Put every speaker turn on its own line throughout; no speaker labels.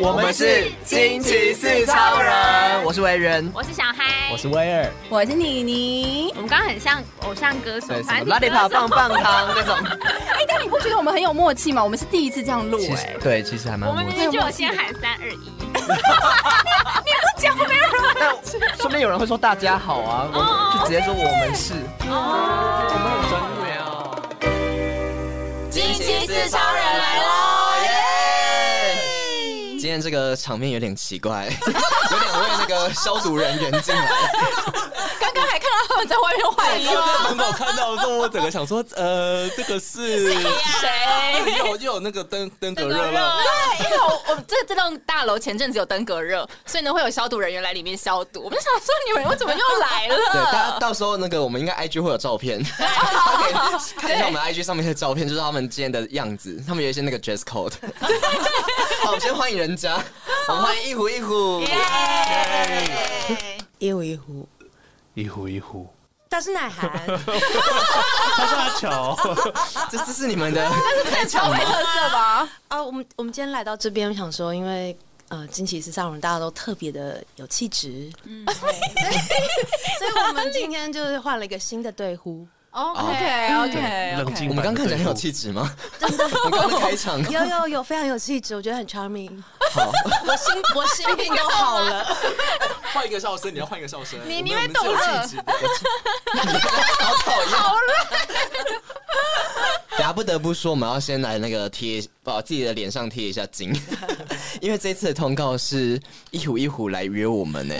我们是惊奇四超人，我是维人，
我是小嗨，
我是威尔，
我是妮妮
我。们刚刚很像偶像歌手
对，什么
反正
拉力跑棒棒糖那种。
哎、但你不觉得我们很有默契吗？我们是第一次这样录、
其
哎
实，对，其实还蛮
我们
默
明
契。
明就有先喊三二一，
但说不定有人会说大家好
哦
啊，我们就直接说我们是，我们很专业哦。
惊奇四超人来喽！耶！
今天这个场面有点奇 怪，有点为那个消毒人员进来。
刚刚还看到他们在外面换衣 服，
门口看到之后，我整个想说，呃，这个是
谁？
又有又有那个登登革热
啊
了，
对，因为我我这这栋大楼前阵子有登革热，所以呢会有消毒人员来里面消毒。我们就想说你们我怎么又来
对，大 家
了？
到时候那个我们应该 IG 会有照 片，大家可以看一下我们 IG 上面的照片，就是他们今天的样子，他们有一些那个 dress code。好，我们先欢迎人家，我们欢迎一虎一虎。
一壶一壶，
一壶一壶，
他是奶涵，
他是阿乔，
这这是你们 的开
超
场吗？
没特色吧？
啊，我们我们今天来到这边，想说，因为呃，惊奇时尚人大家都特别的有气质， 嗯，所以所以我们今天就是换了一个新的队呼，
啊 OK 嗯 OK，
冷静。
我们刚看起来很有气质吗？我们刚刚的开场，
有有有，非常有气质，我觉得很 charming，
好，
我心我心情都好了，
换一个笑声，你要换一个笑声，
你
我们
你会
我们是有
懂了
气质的
好讨厌。等下不得不说，我们要先来那个贴，把自己的脸上贴一下金， 因为这次的通告是一虎一虎来约我们呢、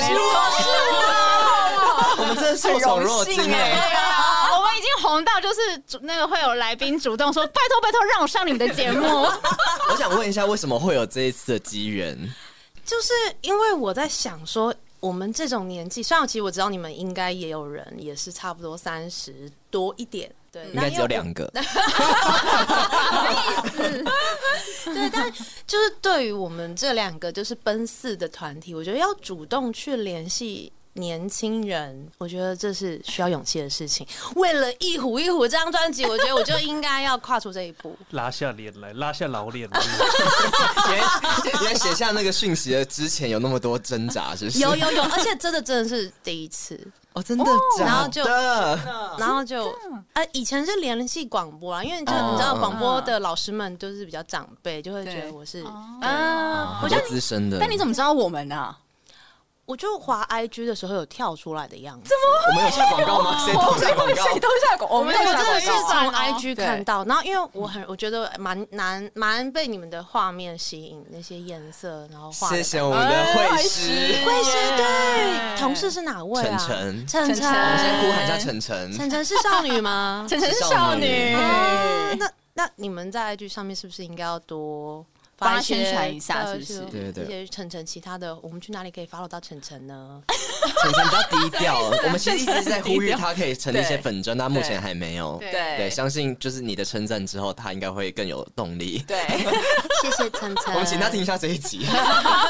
我们真的受宠若惊哎、
啊
我们已经红到就是主那个会有来宾主动说拜托拜托让我上你们的节目，
我想问一下，为什么会有这一次的机缘？
就是因为我在想说。我们这种年纪，虽然其实我知道你们应该也有人也是差不多三十多一点，对，
应
那
该
因
只有
为我
两个，
对，但就是对于我们这两个就是奔四的团体，我觉得要主动去联系年轻人，我觉得这是需要勇气的事情。为了一虎一虎这张专辑，我觉得我就应该要跨出这一步。
拉下脸来，拉下老脸来，
原来写下那个讯息的之前有那么多挣扎，是不是？
有有有，而且真的真的是第一次，
哦，真的假的？
然后就然后就呃，以前是联系广播啊，因为就
哦
你知道广播的老师们就是比较长辈，就会觉得我是
嗯，
我觉得资深的，
但你怎么知道我们啊呢、
我就滑 IG 的时候有跳出来的样子。
我们有下广告 吗？谁投下广告？
都下广，我
我
们
真
都
的是从
哦
广告
IG
对
看到，然后因为我很我觉得蛮难蛮被你们的画面吸引，那些颜色，然后画的
谢谢我们的会师
哎
会是对同事是哪位啊？
晨晨
晨晨，
我们先呼喊一下晨晨。
晨晨是少女吗？
晨晨是
少
少
女
女，
啊
嗯
那那你们在 IG 上面是不是应该要多发
帮他
些
宣传一下是不是
对对对
而且晨晨其他的，我们去哪里可以 follow 到晨晨 呢？
晨晨比较低调，我们其实一直在呼吁他可以成立一些粉砖，但他目前还没有。
对
对
对，相信就是你的称赞之后，他应该会更有动力。
对，
谢谢晨晨，
我们请他听一下这一集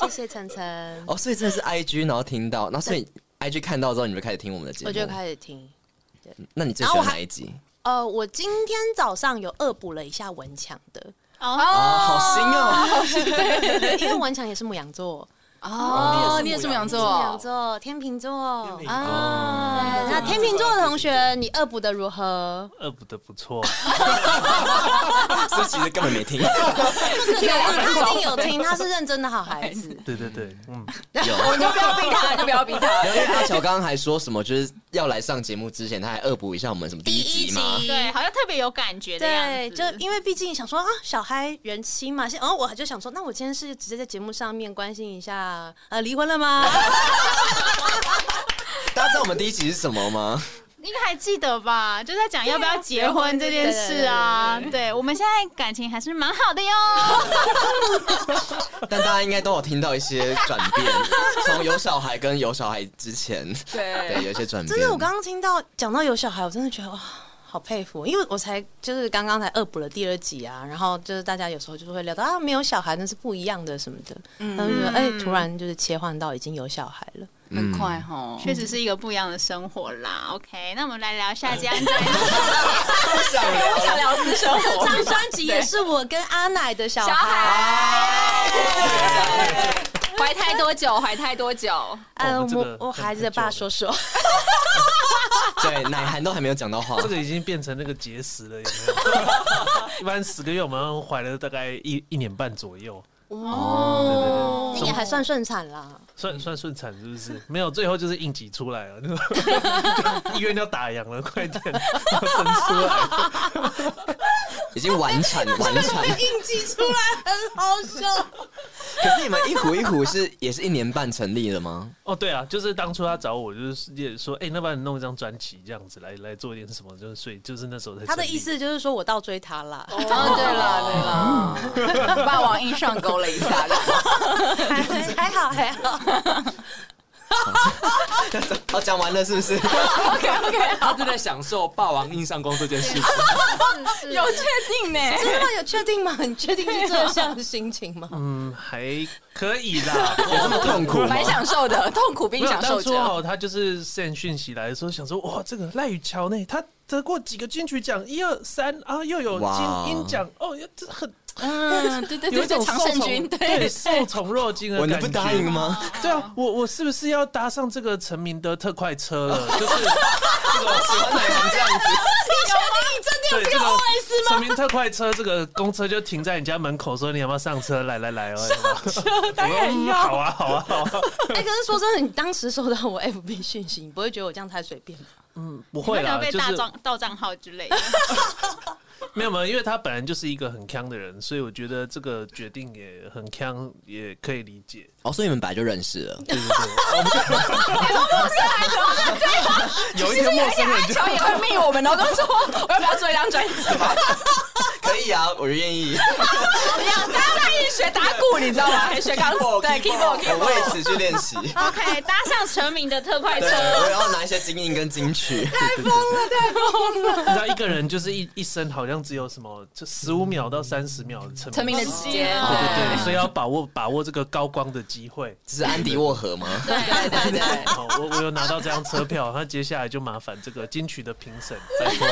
谢谢晨晨，
哦，所以真的是 IG，然后听到，那所以 IG 看到之后，你就开始听我们的节目。
我就开始听。
那你最喜欢哪一集？
呃，我今天早上有恶补了一下文强的，
哦，
啊
啊
好新 哦！
因为文强也是母羊座，
哦，你也是母羊
母羊
座，
座、天秤座
啊，
对那天秤座的同学，你恶补的如何？
恶补的不错，啊
所以其实根本没听。
这个有他一定有听，他是认真的好孩子。
对对对，嗯，
有，
你就不要逼他，就不要逼 他。
因为阿乔刚刚还说什么，就是要来上节目之前，他还恶补一下我们什么第一集嘛。
对，好像特别有感觉的样
对，
子，
就因为毕竟想说啊，小孩人妻嘛，然后我就想说，那我今天是直接在节目上面关心一下，呃，离婚了吗？
大家知道我们第一集是什么吗？
应该还记得吧？就在讲要不要结婚这件事啊。对，我们现在感情还是蛮好的哟。
但大家应该都有听到一些转变，从有小孩跟有小孩之前，对，
对，
有一些转变。
真的，我刚刚听到讲到有小孩，我真的觉得哇，好佩服，因为我才就是刚刚才恶补了第二集啊，然后就是大家有时候就是会聊到啊，没有小孩那是不一样的什么的，嗯，然后就觉得哎、突然就是切换到已经有小孩了，
很快哦哈。
确实是一个不一样的生活啦。OK，那我们来聊下这张专辑。
不想聊了。
聊私生活，
哦
这张专辑也是我跟阿奶的小孩，
小孩怀胎多久？怀胎多久？
嗯，
这
我
个
我
很
孩子的
很久
爸
了
说说，
对，奶涵都还没有讲到话
这。个已经变成那个结石了，有没有？一 般十个月我们怀了大概一一年半左右，
那也还算顺产啦。
算算顺产是不是？没有，最后就是硬挤出来了，医院要打烊了， 快点 要生出来。
已经晚产，晚产。
应激出来很好笑。
可是你们一虎一虎是也是一年半成立了吗？
哦，对啊，就是当初他找我，就是也说，哎、那帮你弄一张专辑这样子来来做一点什么，就是所以就是那时候才
他的
成立
意思就是说我倒追他啦，
哦，对了对 了，霸王硬上钩了一下，
还还好还好。
哦，讲完了是不是？
他正在享受霸王硬上弓这件 事情。
有确定呢？
真的吗？有确定吗？你确定是 这项心情吗？
嗯，还可以 啦，
有这么痛苦吗
蛮？享受的，痛苦
没
并
有
享受
当初
着。
哦，他就是 send 讯息来的时候，想说哇，这个赖宇乔呢，他得过几个金曲奖，一二三啊，又有
哇
金音奖，哦，这很
嗯，对对
有
对
一
对，
种
常
受
胜
宠
军，
对
对，
受宠若惊的
我
感
能哦
觉。
不答应？吗？
对啊，我我是不是要搭上这个陈明德特快车 了？就是
这种喜欢奶涵这样子，
对这个陈明特快车，这个公车就停在你家门口，说你要不要上车？来来哦来， 上车当然要。好啊好啊好 啊，
哎、可是说真的，你当时收到我 FB 讯息，你不会觉得我这样太随便吗？
不
会
会
不会
啦，
被
就
大
是
账盗账号之类的？
没有没有，因为他本来就是一个很强的人，所以我觉得这个决定也很强，也可以理解。
哦，所以你们本来就认识了。
对对对，有一天陌生人就
乔也会密我们，然后都说我要不要做一张 专辑？
可以啊，我愿意，
要大家一学打鼓，你知道吗？
啊
还学 钢琴，对 keyboard，
哎我为此去练 习。
OK，搭上陈明的特快车
对，，我要拿一些精英跟金 曲。
你知道一个人就是一一生好像只有什么就十五秒到三十秒的成
成名的时间，
对对对，所以要把握把握这个高光的机会。
这是安迪沃荷吗？
对对对对。
好，我我有拿到这张车票，那接下来就麻烦这个金曲的评审再说。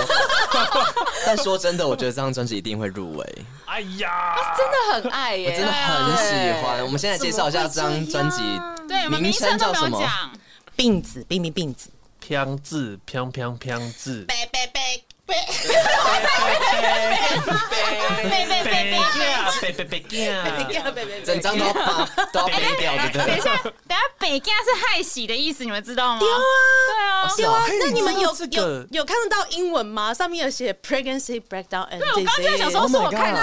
但说真的，我觉得这张专辑一定会入 围，
哎呀，
真的很爱耶、
我真的很喜欢。我们现在介绍一下这张专辑，
啊对，我们名称都没有讲。
病子，病病病 子，
飘字飘飘飘字，
拜拜拜拜。
贝贝贝贝，
贝贝贝贝
整张都要 扒都要背掉，对不
哎等
对
一？下，等一下，北京是害喜的意思，你们知道吗？
丢啊！
对啊
丢啊
是！
那你们有
这个
有有看得到英文吗？上面有写 pregnancy breakdown and
我刚刚就在想说，
disease。
哦是
Oh
我看错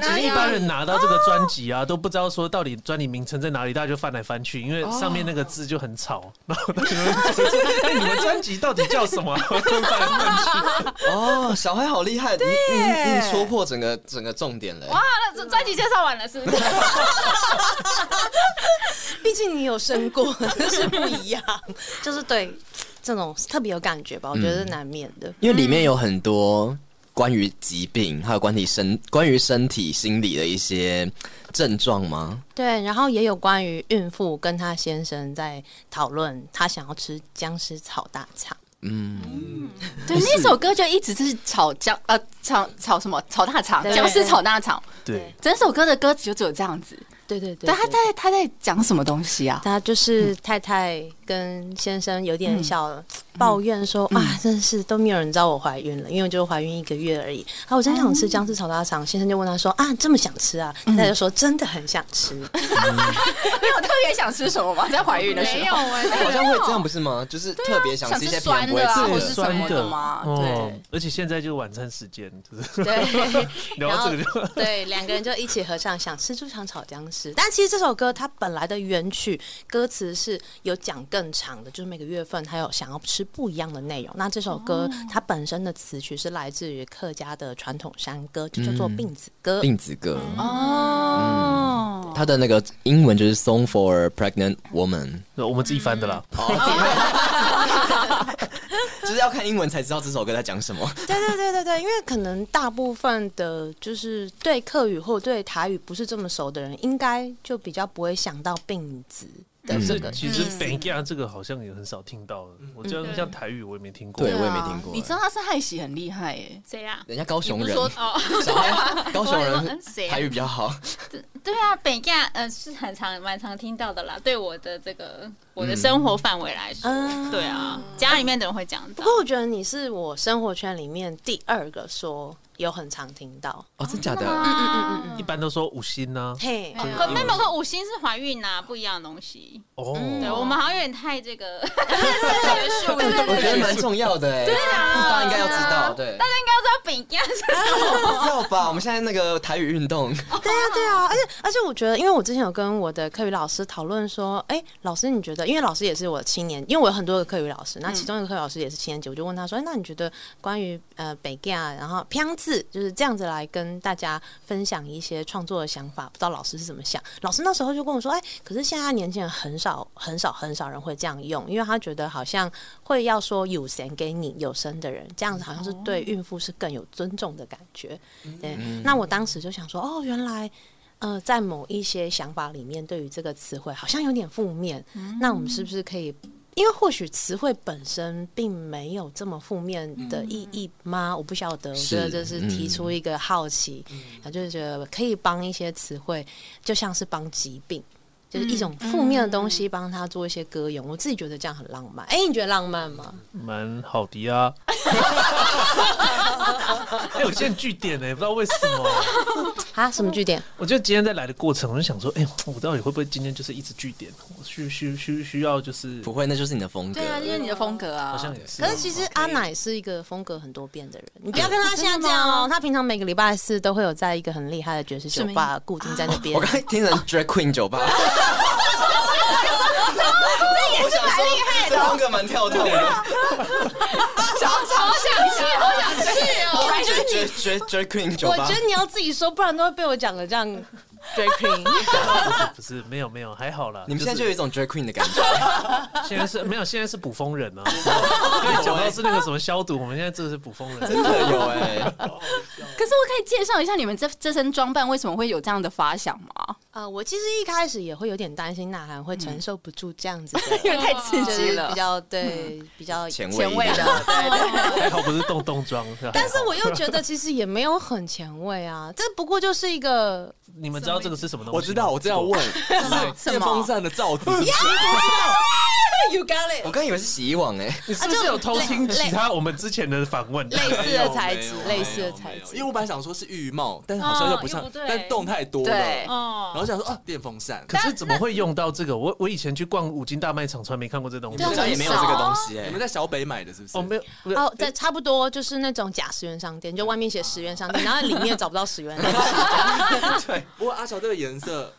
啊
吗？
其实一般
哦
人拿到这个专辑啊，都不知道说到底专辑名称在哪里，大家就翻来翻去，因
哦
为上面那个字就很吵。然后你们 就说哎你们专辑到底叫什么？ 就翻来翻 去。
哦，小黑好厉害，你你你你戳破整个整个重点嘞。
哇，那专辑介绍完了是不是？
毕竟你有生 过，就是不一样， 就是对这种特别有感觉吧，我觉得是难免的。
因为里面有很多关于疾病，还有关于身关于身体、心理的一些症状吗？
对，然后也有关于孕妇跟她先生在讨论，她想要吃僵尸草大肠。
嗯
对，那首歌就一直是炒姜呃炒炒什么炒大肠，
对
僵尸炒大肠，
对，
整首歌的歌词就只有这样子。
对对对
但他在他在讲什么东西 啊？
他就是太太跟先生有点小抱怨说、啊，真是都没有人知道我怀孕了，因为我就怀孕一个月而已。啊，我真想吃姜丝炒大肠，先生就问他说啊，这么想吃啊？他就说真的很想吃。
你有特别想吃什么吗？在怀孕的时
没有
候，
哎，
好像会这样，不是吗？就是特别想吃一些平常
酸
不会
的啊，
吃
或
的
是
酸
什么
酸
的
的
嘛？
哦
对，
而且现在就是晚餐时间，就是
对，
聊到这个 就。
对 两个人就一起合唱《想吃就想炒僵尸》，但其实这首歌它本来的原曲歌词是有讲更长的，就是每个月份它有想要吃不一样的内容。那这首歌它本身的词曲是来自于客家的传统山歌，就叫做
嗯
病子歌。
病子歌，
哦，
它的那个英文就是 Song for Pregnant Woman，
我们自己翻的啦，
哦
就是要看英文才知道这首歌在讲什么。
对对对对对，因为可能大部分的，就是对客语或对台语不是这么熟的人，应该就比较不会想到病子。的嗯这
是
嗯
个。嗯
其实 Bang 这个好像也很少听到的，我觉得像台语我也没听过。
对，我也没听过。
啊你知道他是害喜很厉害耶，
谁啊呀？
人家高雄
你
人，
不是
哦，
小 孩高雄
我也忘
人
嗯谁啊
台语比较好，
对啊，北亚呃是很常蛮常听到的啦。对我的这个我的生活范围来说，
嗯
对啊，家里面的人会讲
不
到。
过我觉得你是我生活圈里面第二个说有很常听到，
哦，真假的？
嗯嗯嗯
一般都说五星啊呢，
嘿，
嗯，可没有，可五星是怀孕呐，不一样的东西。
哦，
对我们好像有点太这个，
学术
我觉得蛮重要的哎，对
啊
大家应该要知道，对
大，家应该知道北亚是什么。
要吧？我们现在那个台语运动，
对啊，对啊，而且而且我觉得，因为我之前有跟我的课语老师讨论说，哎、老师你觉得，因为老师也是我七年，因为我有很多个课语老师，那其中一个课语老师也是七年级，我就问他说，哎那你觉得关于呃北架，然后偏字就是这样子来跟大家分享一些创作的想法，不知道老师是怎么想？老师那时候就跟我说，哎、可是现在年轻人很少很少很少人会这样用，因为他觉得好像会要说有神给你有生的人，这样子好像是对孕妇是更有尊重的感觉。对，
嗯
那我当时就想说，哦，原来。呃，在某一些想法里面，对于这个词汇好像有点负面。那我们是不是可以？因为或许词汇本身并没有这么负面的意义吗？我不晓得。我觉
是
得就是提出一个好奇，然后就是觉得可以帮一些词汇，就像是帮疾病，就是一种负面的东西，帮他做一些歌咏。我自己觉得这样很浪漫。哎、你觉得浪漫吗？
蛮好的啊。哎，我现在据点呢，不知道为什么。
啊，什么据点？
我觉得今天在来的过程，我就想说，哎，我到底会不会今天就是一直据点？我需需需需要就是，
不会，那就是你的风格
对。啊，就是你的风格啊，
好像也是。
可是其实阿奶是一个风格很多变的人，你 不要跟他现在这样哦。他平常每个礼拜四都会有在一个很厉害的爵士酒吧固定在那边
我。刚才听成 drag queen 酒吧，这也是蛮厉害的，这风格蛮跳动的。
好哦想去，好想去哦！
我觉得 drag drag drag queen 酒
我
吧
觉，得你要自己说，不然都会被我讲的这 样 drag queen。
不是没有没有，还好啦。
你们现在
是
就有一种 drag queen 的感觉。
现在是没有，现在是捕风人啊。刚才讲到是那个什么消毒，我们现在这是捕风人。
真的有哎、
可是我可以介绍一下你们这这身装扮为什么会有这样的发想吗？
啊，我其实一开始也会有点担心呐喊会承受不住这样子的，
因为太刺
就
激
是
了
比，较对比较
前卫
前卫
一点
的，对对。
还好不是洞洞装。
但是 我又觉得其实也没有很前卫啊，这不过就是一个
你们知道这个是什么东西吗？
我知道，我这样
啊
问，就是电风扇的罩子是不是，
you got it
我刚以为是洗衣网哎、
你是不是有偷听其他我们之前的访问？
类似的材质
没有，
类似的材质
因为。我本来想说是浴帽，但是好像又不
哦
像
又不，对
但动太多了，
对
然
哦，
后想说哦，电风扇，
可是怎么会用到这个？我我以前去逛五金大卖场，从来没看过这东西
我。们家也没有这个东西哎、
你们在小北买的是不是？
哦，没有，不是
哦，在差不多就是那种假十元商店，就外面写十 元商店，然后里面找不到十元。
不过阿乔这个颜色，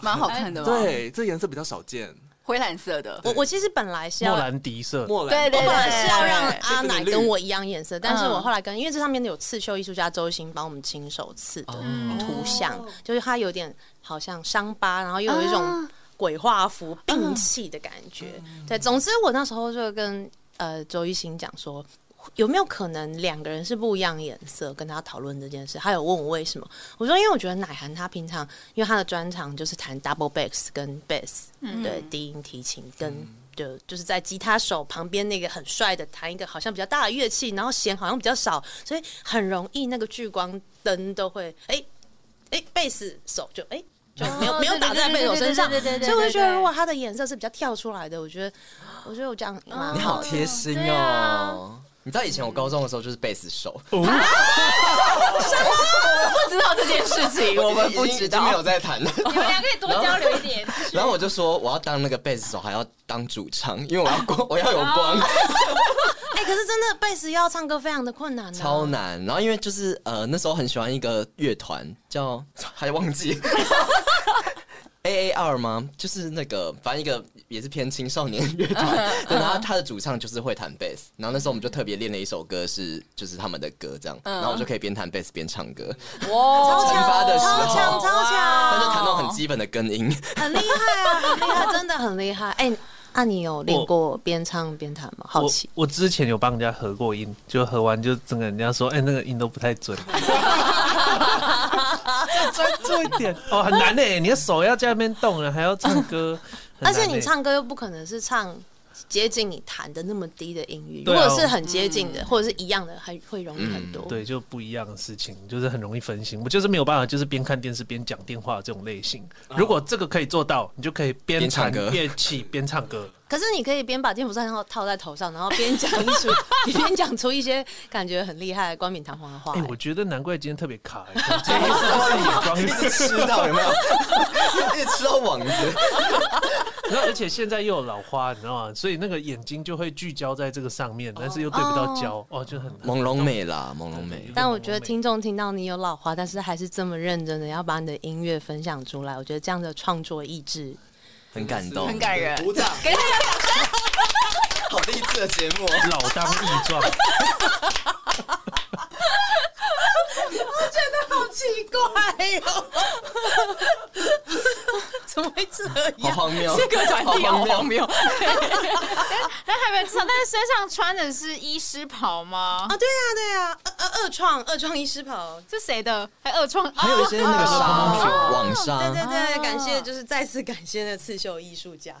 蛮好看的嘛，，
对，这个颜色比较少见，
灰蓝色的，
我我其实本来是要
莫，兰迪色。
莫兰，
对对
我本
对，
来是要让阿
这个
奶
很绿
跟我一样颜色，但是
嗯
我后来跟因为这上面有刺绣艺术家周星帮我们亲手刺
哦
的图像，就是它有点好像伤疤，然后又有一种
啊
鬼画符
嗯
病气的感觉。对，总之我那时候就跟呃周一星讲说。有没有可能两个人是不一样颜色？跟他讨论这件事，他有问我为什么，我说因为我觉得乃涵他平常，因为他的专长就是弹 double bass 跟 bass，、对，低音提琴跟、就就是在吉他手旁边那个很帅的弹一个好像比较大的乐器，然后弦好像比较少，所以很容易那个聚光灯都会哎哎贝斯手就哎。就没有没有打在贝斯手身上，
对
所
对对对对对对对
以我就觉得，如果他的颜色是比较跳出来的，我觉得，我觉得我这样蛮
你
好
好贴心
对
哦
啊。
你知道以前我高中的时候就是贝斯手，啊
不知道这件事情，我们不
已经
知
已经没有
道。
在弹了。
你们俩可以多交流一点。
然后我就说我要当那个贝斯手，还要当主唱，因为我要光，我要有
哦
光，
哎、可是真的贝斯要唱歌非常的困难、啊，
超难。然后因为就是呃那时候很喜欢一个乐团 叫还忘记 A A R 吗？就是那个反正一个也是偏青少年乐团， 对然后他的主唱就是会弹贝斯，然后那时候我们就特别练了一首歌是就是他们的歌这样，
嗯
然后我就可以边弹贝斯边唱歌，
哇，
惩罚的时
超
候
强，超强，
哦
但是弹那种很基本的根 音。
很厉害啊，很厉害，真的很厉害。哎、那、你有练
我
过边唱边弹吗？好
我
奇。
我之前有帮人家合过音，就合完就整个人家说，哎，那个音都不太准。 欸啊再专注一点哦，很难呢。你的手要在那边动了，还要唱歌，很
而
难欸
且你唱歌又不可能是唱接近你弹的那么低的音域，
对啊嗯
如果是很接近的，或者是一样的，还会容易很多。
对，就不一样的事情，就是很容易分心。我就是没有办法，就是边看电视边讲电话这种类型。如果这个可以做到，你就可以边
哦边唱
弹
歌
乐器边唱歌。
可是你可以边把电风扇套套在头上，然后边讲 出边讲出一些感觉很厉害、冠冕堂皇的话、
哎、
哎
我觉得难怪今天特别卡、 欸，可能今天是眼光
一直吃到有没 有？一直吃到网子。
然后而且现在又有老花，你知道吗？所以那个眼睛就会聚焦在这个上面，但是又对不到焦，哦就很难。
朦胧美啦，朦胧美。
但我觉得听众听到你有老花，但是还是这么认真的要把你的音乐分享出来，我觉得这样的创作意志
很感动，
很感人。
鼓掌，
给大家
好励志的节目。
老当益壮，
哦 怎么会这
好荒谬，
这个团体好荒 谬，
但 还没有唱，但是身上穿的是医师袍吗？
啊？对呀、啊，对呀、二二二创二创医师袍。
是谁的？还二创？
还有一些那个
哦
纱网
对对
纱，
对，感谢就是再次感谢那刺绣艺术家，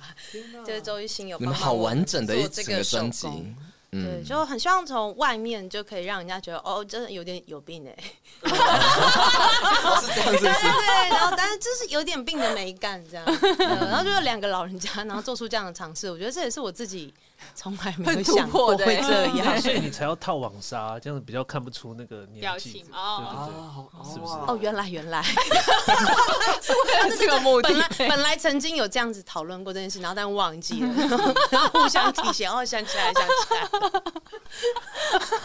就是周一新有
你
帮
们
忙
好完整的一
做这
整
个
个
手
专
工
辑，
对，
嗯，
就很希望从外面就可以让人家觉得哦，真的有点有病哎、
哦
是这样，是不是？
对，然后但是就是有点病的美感这样，呃然后就是两个老人家，然后做出这样的尝试，我觉得这也是我自己从来没有
很突
想
破
过
的
会
欸
这样。
所以你才要套网纱，这样子比较看不出那个年
表
纪
情。
啊
对
哦
对对。是不是
哦，原来原 来，
这个目的
本。来本来曾经有这样子讨论过这件事，然后但忘记了， 然后然后互相提醒，哦，想起来想起来。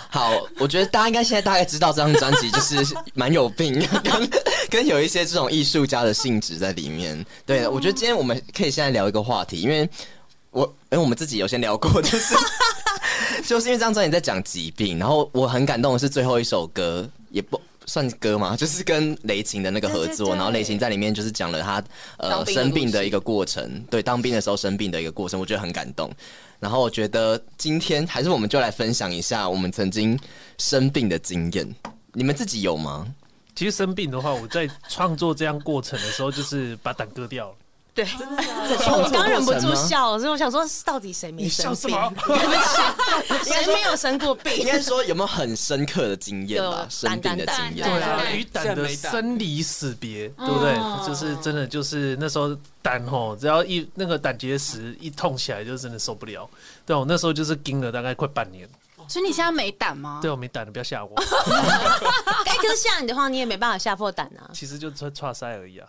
好，我觉得大家应该现在大概知道这张专辑就是蛮有病， 跟跟有一些这种艺术家的性质在里面。对，我觉得今天我们可以现在聊一个话题，因为我因为我们自己有先聊过，就是 就是因为这张专辑在讲疾病，然后我很感动的是最后一首歌也不。算是歌嘛，就是跟雷霆的那个合作，
对对对
然后雷霆在里面就是讲了他
当
呃
兵的
生病
故
的
事
一个过程，对，当兵的时候生病的一个过程，我觉得很感动。然后我觉得今天还是我们就来分享一下我们曾经生病的经验。你们自己有吗？
其实生病的话，我在创作这样过程的时候，就是把胆割掉了。
对，我刚忍不住笑，所以我想说，到底谁没生病？ 谁没有生过
应
病？
该说有没有很深刻的经验吧
有？
生病的经
淡
验
淡
对啊，
对
与胆的生离死别，对不
哦
对？就是真的，就是那时候胆吼，只要一那个胆结石一痛起来，就真的受不了。对，我那时候就是盯了大概快半年。
所以你现在没胆吗？
对，我没胆了，不要吓我。
哎，可是吓你的话，你也没办法吓破胆啊！
其实就穿叉塞而已啊，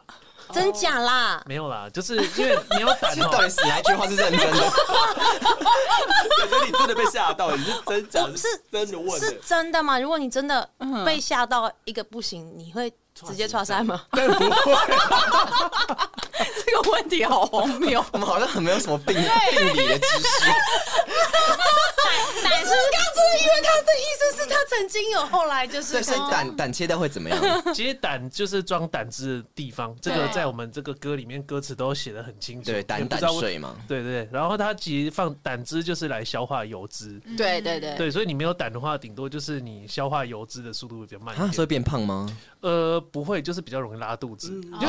真假啦？
没有啦， 就是因为没有 胆
这
哦
到底。是哪一句话是认真的？
感觉你真的被吓到，你是真假
是
真的问
是
的，
真的吗？如果你真的
嗯
被吓到一个不行，你会直接刷塞吗？
但不会，
这个问题好荒谬。
我们好像很没有什么病病理的知 识。
但是我刚刚真的以为他的意思是他曾经有，后来就是
对，所以胆胆切掉会怎么样？
其实胆就是装胆汁的地方，这个在我们这个歌里面歌词都写的很清楚。
对，
也
胆
不
胆
知道为
水嘛。
对对，然后它其实放胆汁就是来消化油脂，
对对对，
对，所以你没有胆的话，顶多就是你消化油脂的速度会比较慢
啊，
一
所以变
点。
胖吗？
呃，不会，就是比较容易拉肚子。
嗯
就是你、你们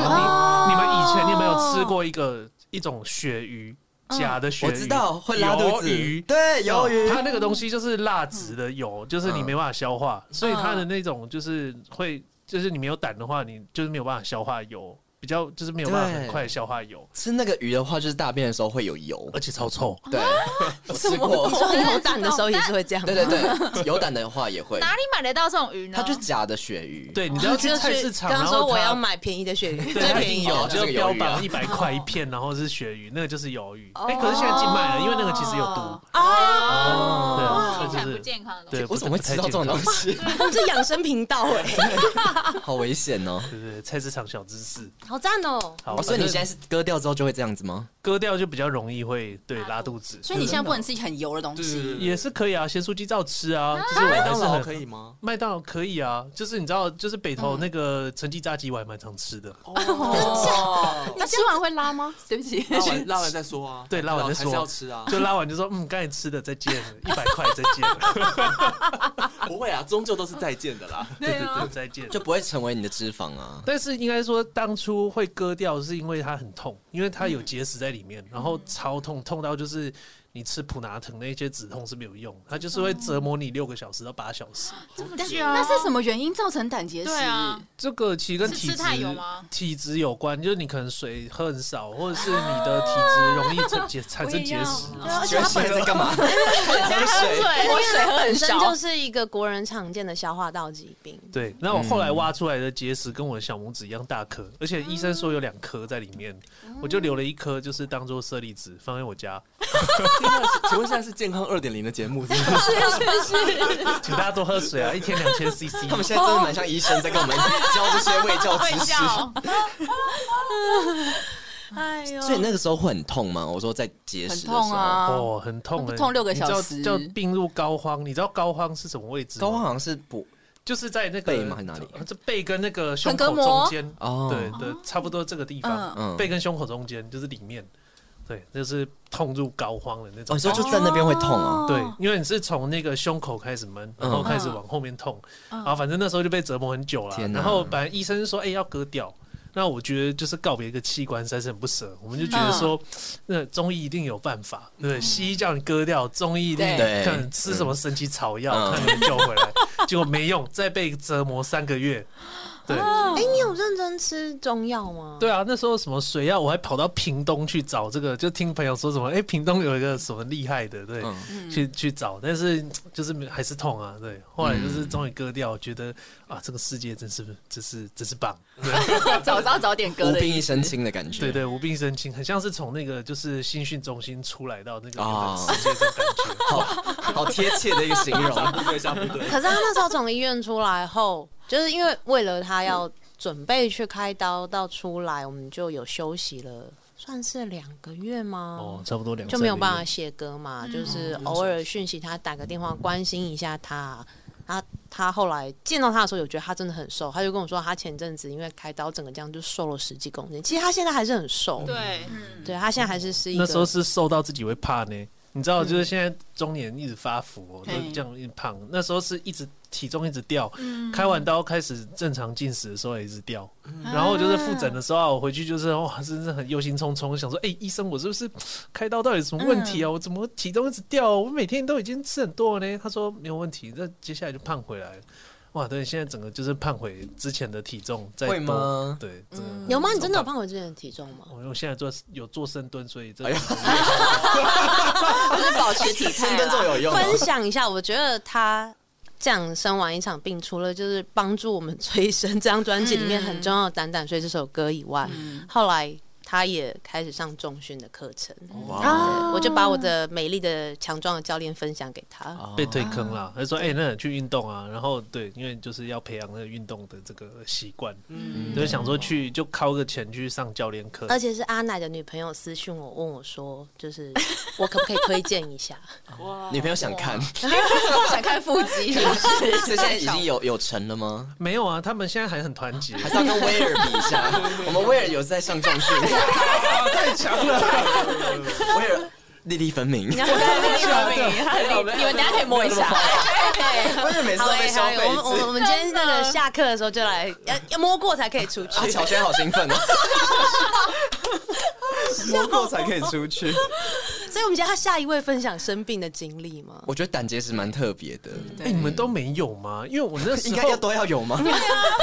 以前你有没有吃过一个一种鳕鱼，假的鳕鱼？
我知道会拉肚子
鱿鱼。
对，鱿鱼。
哦它那个东西就是蜡质的油，
嗯
就是你没办法消化，所以它的那种就是会，就是你没有胆的话，你就是没有办法消化油，比较就是没有办法很
对
快消化油，
吃那个鱼的话，就是大便的时候会有油。
而且超臭。
对，
啊
我吃过
哦你。说有胆的时候也是会这样吗
对对 对，有胆的话也会。
哪里买得到这种鱼呢？
它就是假的鳕鱼。
对，你只要去菜市场，
刚
然
刚说
后
我
它
要买便宜的鳕鱼，
对，
最
它一
便
定
宜
有，
哦
的。
这
就是
个
标
鱿鱼啊
榜一百块一片，然后是鳕鱼，那个就是鱿鱼。哎，可是现在禁卖了，因为那个其实有毒。
哦，
对啊，
听起
那
来
就
不
是
健康的东西。
对，
我怎么会知道这种
呢
东？ 西？
我们是养生频道哎，
好危险哦！
对对，对菜市场小知识。
好赞哦！
好，
哦所以你
反正
现在是割掉之后就会这样子吗？
割掉就比较容易会对拉肚子，
所以你现在不能吃很油的东
对
西。
对对
也是可以啊，咸酥鸡照吃啊，就是我
麦
还
当
是
劳
很
可以吗？
麦当劳可以啊，就是你知道，就是北投那个陈记炸鸡我还蛮常吃的，
哦，
哦，
你
吃完会拉吗？对不起，
拉完拉完再说啊，
对拉完再说
还是要 吃啊，
就拉完就说，嗯，刚才吃的再见，一百块再见，
不会啊，终究都是再见的啦。
对对
啊
对，再见。
就不会成为你的脂肪啊。
但是应该说，当初会割掉是因为它很痛，因为它有结石在里面，然后超痛，痛到就是你吃普拿疼那些止痛是没有用，它就是会折磨你六个小时到八小时。
那是什么原因造成胆结石？
对啊，
这个其实跟体
是
质
吃太油吗
体质有关，就是你可能水喝 很少，或者是你的体质容易产结产生结
哦
石。
啊而
请
且
问
它
现
本
在在干嘛？
加水，
我水喝很
本身
少
就，是一个国人常见的消化道疾 病。
对，那我后来挖出来的结石跟我的小拇指一样大颗，而且医生说有两颗在里面，
嗯
我就留了一颗，就是当做舍利子放在我家，
天啊请问现在是健康二点零的节目是不是？
请大家多喝水啊，一天两 千 CC。
他们现在真的蛮像医生在跟我们教这些卫教知
会
识。
叫。
哎呦
所以那个时候会很痛吗？我说在结
很
石的时
痛
候，
啊，
哦，很痛、欸，
痛六个
你知道
小时
叫病入膏肓。你知道膏肓是什么位置吗？
高好像是不
就是在那个
背吗还是哪里？
这背跟那个胸
横膈
口
膜
中间，
哦，
对对，差不多这个地方，
嗯
背跟胸口中间就是里面，对，就是痛入膏肓的那
哦，
种
你。说就在那边会痛哦。
对，因为你是从那个胸口开始闷，
嗯
然后开始往后面痛，然后反正那时候就被折磨很久了
天。哪
然后本来医生说，哎、要割掉。那我觉得就是告别一个器官，实在是很不舍。我们就觉得说，那中医一定有办法，对不对，西医叫你割掉，中医一定
嗯对
看吃什么神奇草药，
嗯
看能救回来。结果没用，再被折磨三个月。对
哎，你有认真吃中药吗？
对啊，那时候什么水药，我还跑到屏东去找这个，就听朋友说什么，哎、屏东有一个什么厉害的，对，
嗯
去去找，但是就是没还是痛啊，对。后来
嗯
就是终于割掉，觉得啊，这个世界真是真是真是棒，
早知道早点割
无
的。
病一身轻的感觉。
对对，无病呻吟，很像是从那个就是新训中心出来到那个原
啊
本世界这种感
哦
觉。
好好贴切的一个形容。
部队下部队
可，是他那时候从医院出来后，就是因为为了他要准备去开刀，到出来我们就有休息了，算是两个月吗？
哦，差不多两
就没有
三个月
办法写歌嘛，就是偶尔讯息他，打个电话关心一下他。他他后来见到他的时候，有觉得他真的很瘦，他就跟我说，他前阵子因为开刀，整个这样就瘦了十几公斤。其实他现在还是很瘦，
对，
对他现在还是是一个嗯
那时候是瘦到自己会怕呢。你知道，就是现在中年一直发福、哦，就
嘿
这样一直胖。那时候是一直体重一直掉，
嗯
开完刀开始正常进食的时候也一直掉。
嗯
然后就是复诊的时候啊，我回去就是哇，真是很忧心忡忡，想说，哎、医生，我是不是开刀到底有什么问
嗯
题啊？我怎么体重一直掉、我每天都已经吃很多了呢。他说没有问题，那接下来就胖回来了。哇，对，现在整个就是胖回之前的体重，再
会
多
吗
对，真的
有吗？你真的有胖回之前的体重吗？
我我现在做有做深蹲，所以这
哎呀
就是保持体态
深
啦
蹲做有用哦啊吗？
分享一下，我觉得他这样生完一场病，除了就是帮助我们催生这张专辑里面很重要的《胆胆睡》这首歌以外，
嗯
后来他也开始上重训的课程。
哇，哦
我就把我的美丽的强壮的教练分享给他。
哦
被推坑啦。他说：“哎、那去运动啊。”然后对，因为就是要培养那个运动的这个习惯，
嗯
就是想说去就掏个钱去上教练
啊
课。
而且是阿奶的女朋友私讯我，问我说，就是 我可不可以推荐一下？
女朋友想看，
想看腹肌，
所以现在已经有有成了吗？
没有啊，他们现在还很团结。
还是要跟威尔比一 下？我们威尔有在上重训，
太强了！
威尔粒粒分明。
你要
威
你们等下可以摸一下。
尔每次
好
都被
哎、好
消
哎、
费
我们我们我
一次。
们今天那个下课的时候就 来，要要摸过才可以出去
啊，。乔轩好兴奋哦！摸过才可以出去。
所以我们今天要下一位分享生病的经历吗？
我觉得胆结石蛮特别的，
哎、你们都没有吗？因为我那 时
应该
候
要都要有吗？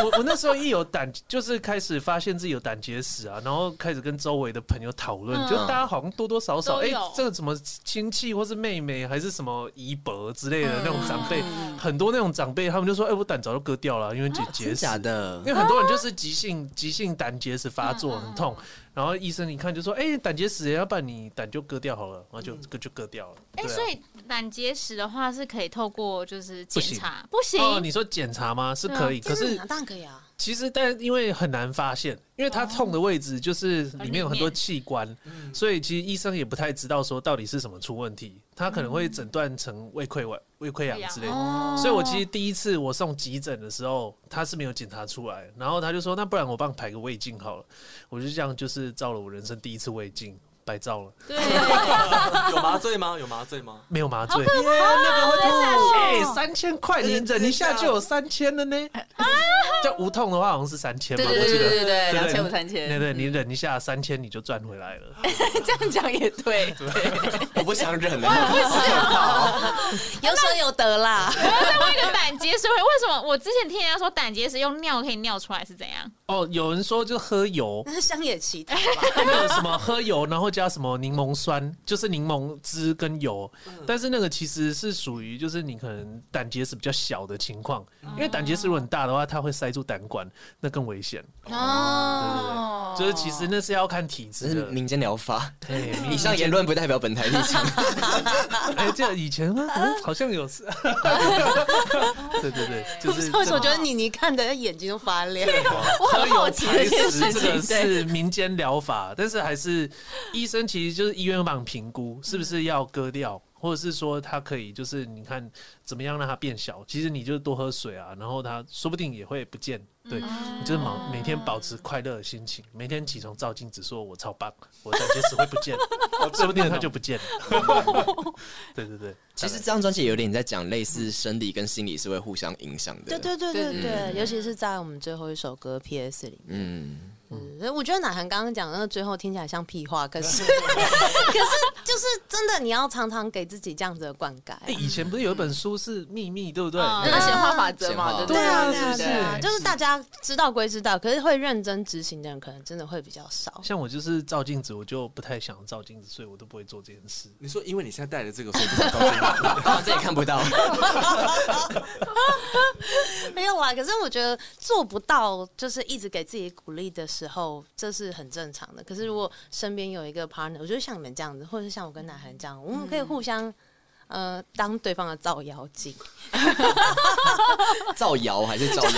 我我那时候一有胆，就是开始发现自己有胆结石啊，然后开始跟周围的朋友讨论，
嗯
就大家好像多多少少，
都
哎、
有
这个什么亲戚或是妹妹还是什么姨伯之类的
嗯
那种长辈，很多那种长辈他们就说，哎、我胆早就割掉了，因为结结
啊真
石。
假的
因？为很多人就是急性急性胆结石发作很痛，然后医生一看就说，哎、胆结石，要不然你胆就割掉好了，然后就割就割掉了。
哎、
对啊
所以胆结石的话是可以透过就是检查，
哦
哦，你说检查吗？是可以，可是
当然可以啊。
其实，但因为很难发现，因为它痛的位置就是哦里面有嗯很多器官，所以其实医生也不太知道说到底是什么出问题，他可能会诊断成胃溃疡、胃嗯溃疡之类的。
哦
所以我其实第一次我送急诊的时候，他是没有检查出来，然后他就说那不然我帮你排个胃镜好了，我就这样就是照了我人生第一次胃镜，白照了，
对，
有麻醉吗？有麻醉吗？
没有麻醉。
那个会痛，
哎、三千块，你忍一下
对
就有三千了呢。叫无痛的话，好像是三千 吧，
对
我
对对
记
对
得。
对对，
对
两
对
千五三千，
对对，你忍一下三千，你就赚回来了。
这样讲也对。
我不想忍了。
有舍有得啦。
再问一个胆结石会为什么？我之前听人家说胆结石用尿可以尿出来是怎样？
哦，有人说就喝油，
那是乡野奇谈吧？
那个什么喝油，然后加什么柠檬酸，就是柠檬汁跟油。但是那个其实是属于就是你可能胆结石比较小的情况，因为胆结石如果很大的话，它会塞住胆管，那更危险。
哦
就是其实那是要看体
只
质
是
的。
民间疗法，
对
以上言论不代表本台立场。
哎，这以前啊嗯好像有事。 对对对，就是
为什么觉得妮妮看的眼睛都发亮？
啊
我很好奇
排
这件
石
事
这个
情，对，
是民间疗法，但是还是医生其实就是医院帮你评估是不是要割掉，或者是说它可以就是你看怎么样让它变小。其实你就多喝水啊，然后它说不定也会不见。对，你就是忙每天保持快乐的心情，每天起床照镜子说我超棒，我胆结石会不见，说不定它就不见了。对对对，
其实这张专辑有点在讲类似生理跟心理是会互相影响的。
对，对对
对
对对，尤其是在我们最后一首歌《P.S.》里面。
嗯，
嗯我觉得奶涵刚刚讲的那最后听起来像屁话，可是可是就是真的，你要常常给自己这样子的灌溉啊。
哎，以前不是有一本书是秘密，对不对？
嗯
那显化法则嘛，
显化
对不
对啊，
对
对
啊
啊，对啊，
哎
是
就是大家知道归知道，可是会认真执行的人，可能真的会比较少。
像我就是照镜子，我就不太想照镜子，所以我都不会做这件事。
你说因为你现在戴了这个， 所以不想照镜子
啊，这也看不到。
没有啦，可是我觉得做不到，就是一直给自己鼓励的时候，这是很正常的。可是如果身边有一个 partner，我觉得像你们这样子，或者是像我跟奶涵
嗯
这样，我们可以互相。呃，当对方的照妖 镜，
造谣还是造谣？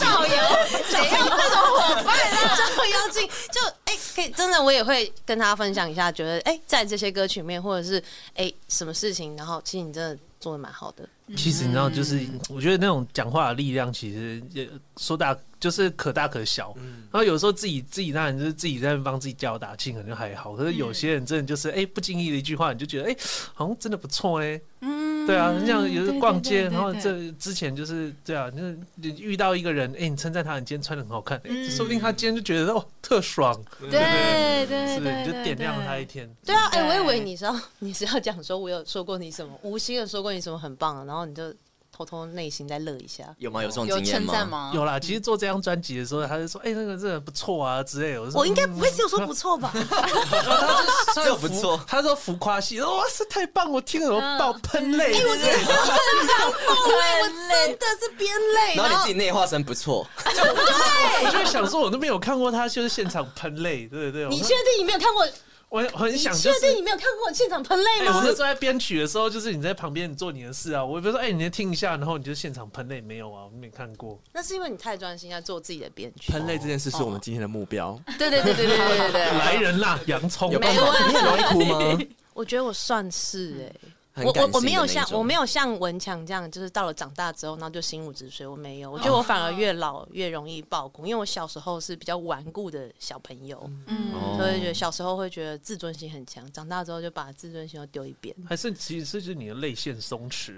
照妖，谁要这种伙伴啊？照妖镜就哎、可以真的，我也会跟他分享一下，觉得哎、在这些歌曲里面，或者是哎、什么事情，然后其实你真的做的蛮好的，
其实你知道，就是我觉得那种讲话的力量，其实也说大就是可大可小。
嗯
然后有时候自己自己当然就是自己在那边帮自己加油打气，可能就还好。可是有些人真的就是哎、不经意的一句话，你就觉得哎、好像真的不错哎、嗯，对啊，你像有时候逛街，然后这之前就是对啊，就是你遇到一个人，哎、你称赞他，你今天穿的很好看，哎、说不定他今天就觉得哦特爽，
对对
是不是？
对，
你就点亮了他一
对。
天。
对啊，哎、
对
我以为你是要 你是要讲说，我有说过你什么，无心的说过你什么很棒、啊，然后你就偷偷内心在乐一下。
有吗？有这种
有
经验
称赞
吗？
啊
吗？
有啦，其实做这张专辑的时候，他就说：“哎、那个这个不错啊之类的。”我就说：“
我应该不会
嗯
只有说不错 吧？哦
他
这个不错
他说浮夸系，哇塞，太棒！我听了
嗯
我爆喷泪之类的。
我真的是边累，啊
然后
然
你
后
自己内化成不错，
我就会想说，我都没有看过他就是现场喷泪，对不对？
你确定你没有看过？
我我很想
你
就
确定
是
你。没有看过现场喷泪
哎、我
吗？
是坐在编曲的时候，就是你在旁边你做你的事啊，我也不是说哎、你先听一下，然后你就现场喷泪没有啊？我没看过，
那是因为你太专心在做自己的编曲。
喷泪这件事是我们今天的目标。
对对对对对对对
来
对。
人啦，洋葱
有，办
啊
法？你很容易哭吗？
我觉得我算是哎、
很
我
感
我
性
我没有像
的那种
我没有像文强这样，就是到了长大之后，然后就心如止水。我没有，我觉得我反而越老越容易爆哭，因为我小时候是比较顽固的小朋友。
哦
所以觉得小时候会觉得自尊心很强，长大之后就把自尊心都丢一 边。
还是其实是就是你的泪腺松弛，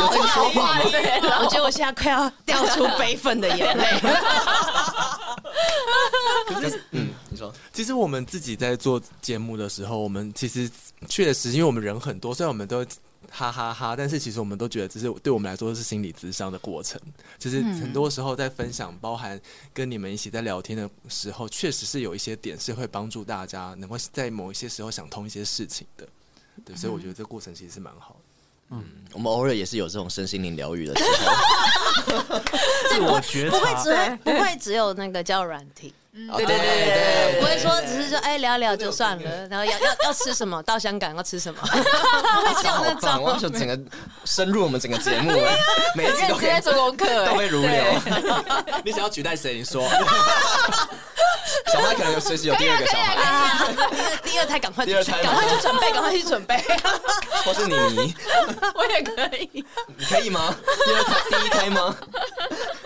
有这个说法吗？
我觉得我现在快要掉出悲愤的眼泪。
嗯，你说
其实我们自己在做节目的时候，我们其实确实，因为我们人很多，虽然我们都哈哈哈但是其实我们都觉得，这是对我们来说是心理咨商的过程。就是很多时候在分享，包含跟你们一起在聊天的时候，确实是有一些点是会帮助大家能够在某一些时候想通一些事情的。对，所以我觉得这过程其实是蛮好的。
我们偶尔也是有这种身心灵疗愈的时候。
自我觉
不会
察。
只会不会只有那个叫软体，
哦对对
对对对
不会说只是说哎聊聊就算了，然后要要要吃什么，到香港要吃 什么，
好棒！我要整个深入我们整个节目，哎每一集
认
都
真
可
在
以
做功课、
都会如流。
你想要取代谁？你说，
小孩可能有随时有第二个小孩，
啊第二胎赶快去
第二胎
赶快去准备，赶快去准备。
或 是妮妮，
我也可以。
你可以吗？第二胎、第一胎吗？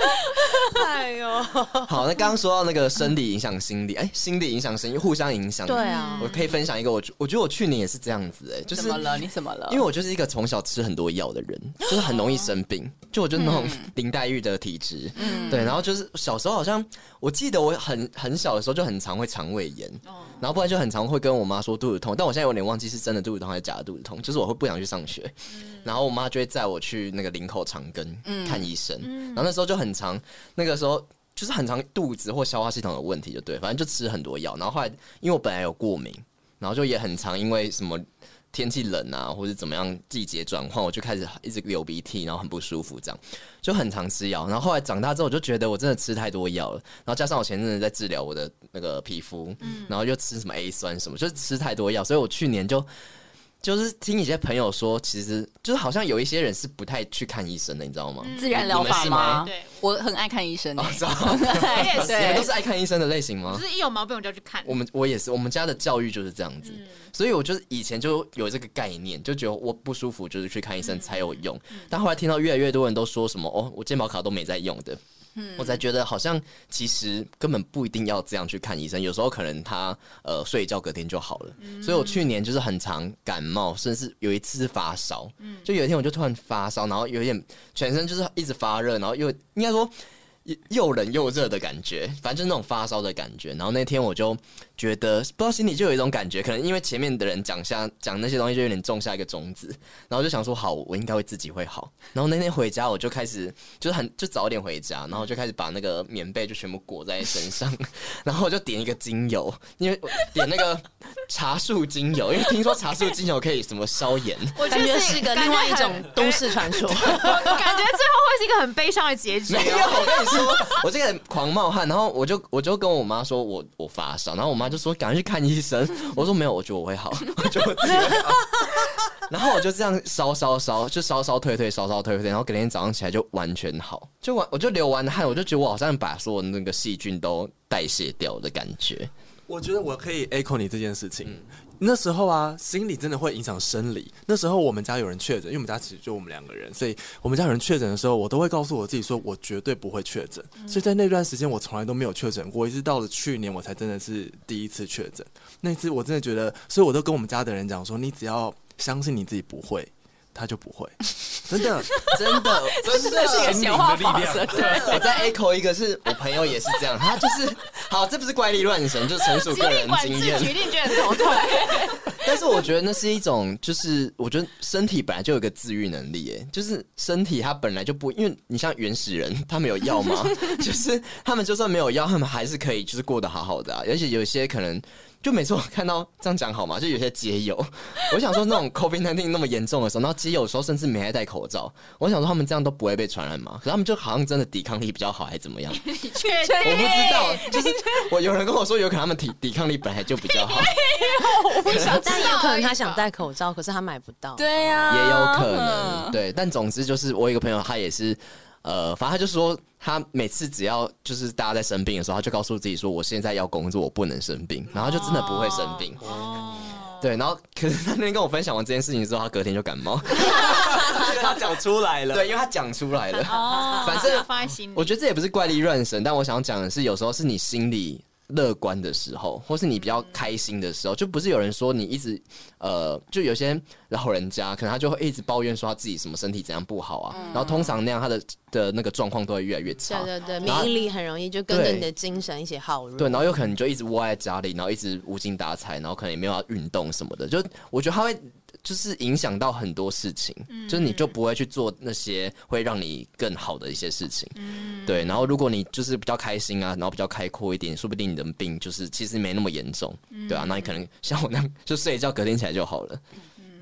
哎呦，
好，那刚刚说到那个生理影响心理，哎、心理影响生理，互相影响。
对啊
我可以分享一个，我觉我觉得我去年也是这样子、哎，就是
怎么了？你怎么了？
因为我就是一个从小吃很多药的人，就是很容易生病，就我就那种林黛玉的体质，对，然后就是小时候好像我记得我很很小的时候就很常会肠胃炎，然后不然就很常会跟我妈说肚子痛，但我现在有点忘记是真的肚子痛还是假的肚子痛，就是我会不想去上学，然后我妈就会载我去那个林口长庚看医生，然后那时候就很常，那个时候。就是很常肚子或消化系统有问题，就对，反正就吃很多药。然后后来，因为我本来有过敏，然后就也很常因为什么天气冷啊，或者怎么样季节转换，我就开始一直流鼻涕，然后很不舒服，这样就很常吃药。然后后来长大之后，我就觉得我真的吃太多药了，然后加上我前阵子在治疗我的那个皮肤，然后又吃什么 A 酸什么，就是吃太多药，所以我去年就。就是听一些朋友说，其实就是好像有一些人是不太去看医生的，你知道吗？
自然疗法
啊
吗？
对，
我很爱看医生、
哦
欸，
知道吗
我也
你们都
对
是，爱看医生的类型吗
就？是一有毛病我就要去看。
我们我也是，我们家的教育就是这样子，所以我就是以前就有这个概念，就觉得我不舒服就是去看医生才有用。但后来听到越来越多人都说什么哦，我健保卡都没在用的，我才觉得好像其实根本不一定要这样去看医生，有时候可能他呃睡一觉隔天就好了。所以我去年就是很常感冒，甚至有一次是发烧，就有一天我就突然发烧，然后有一点全身就是一直发热，然后又应该说。又又冷又热的感觉，反正就是那种发烧的感觉。然后那天我就觉得，不知道心里就有一种感觉，可能因为前面的人讲下讲那些东西，就有点种下一个种子。然后就想说，好，我应该会自己会好。然后那天回家，我就开始就是很就早点回家，然后就开始把那个棉被就全部裹在身上， 然后我就点一个精油，因为我点那个茶树精油，因为听说茶树精油可以什么消炎。
我
感觉是个另外一种都市传说。
感觉最后会是一个很悲伤的结 局
没。有，我跟你说，我这个人狂冒汗，然后我就我就跟我妈说我我发烧，然后我妈就说赶快去看医生。我说没有，我觉得我会好， 我觉得我自己会好。然后我就这样烧烧烧，就烧烧退退，烧烧退退，然后隔天早上起来就完全好，就完我就流完汗，我就觉得我好像把所有那个细菌都代谢掉的感觉。
我觉得我可以 echo 你这件事情。那时候啊，心理真的会影响生理。那时候我们家有人确诊，因为我们家其实就我们两个人，所以我们家有人确诊的时候，我都会告诉我自己说，我绝对不会确诊。所以在那段时间，我从来都没有确诊过，一直到了去年，我才真的是第一次确诊。那次我真的觉得，所以我都跟我们家的人讲说，你只要相信你自己不会，他就不 会。真的，
真的，真
这是一个
的。
显化
心灵的
法
力量
则，对，
我在 echo 一个是我朋友也是这样，他就是好，这不是怪力乱神，就是纯属
极
个
力
人
管
经
制，
验。
决定觉得很头痛。
但是我觉得那是一种，就是我觉得身体本来就有一个自愈能力，哎，就是身体它本来就不，因为你像原始人，他们有药吗？ 就是他们就算没有药，他们还是可以就是过得好好的、啊，而且有些可能。就每次我看到这样讲好吗？就有些街友，我想说那种 COVID 1 9那么严重的时候，然后街友有时候甚至没还戴口罩，我想说他们这样都不会被传染吗？可他们就好像真的抵抗力比较好，还怎么样？
确
我不知道，就是我有人跟我说，有可能他们抵抵抗力本来就比较好。
但也有 可能他想戴口罩，可是他买不到。
对呀、啊，
也有可
嗯
能，对。但总之就是，我有一个朋友，他也是，呃，反正他就说，他每次只要就是大家在生病的时候，他就告诉自己说，我现在要工作，我不能生病，然后就真的不会生病。对，然后可是他那天跟我分享完这件事情之后，他隔天就感冒。
他讲出来了
对，因为他讲出来了。
哦
反正
放在心里。
我觉得这也不是怪力乱神，但我想讲的是，有时候是你心里乐观的时候，或是你比较开心的时候，就不是有人说你一直呃，就有些老人家可能他就会一直抱怨说他自己什么身体怎样不好啊，然后通常那样他的的那个状况都会越来越差。
对对对，免疫力很容易就跟着你的精神一起耗弱。
对，然后有可能你就一直窝在家里，然后一直无精打采，然后可能也没有要运动什么的。就我觉得它会就是影响到很多事情，就是你就不会去做那些会让你更好的一些事情。对，然后如果你就是比较开心啊，然后比较开阔一点，说不定你的病就是其实没那么严重，对啊，那你可能像我那样，就睡一觉，隔天起来就好了。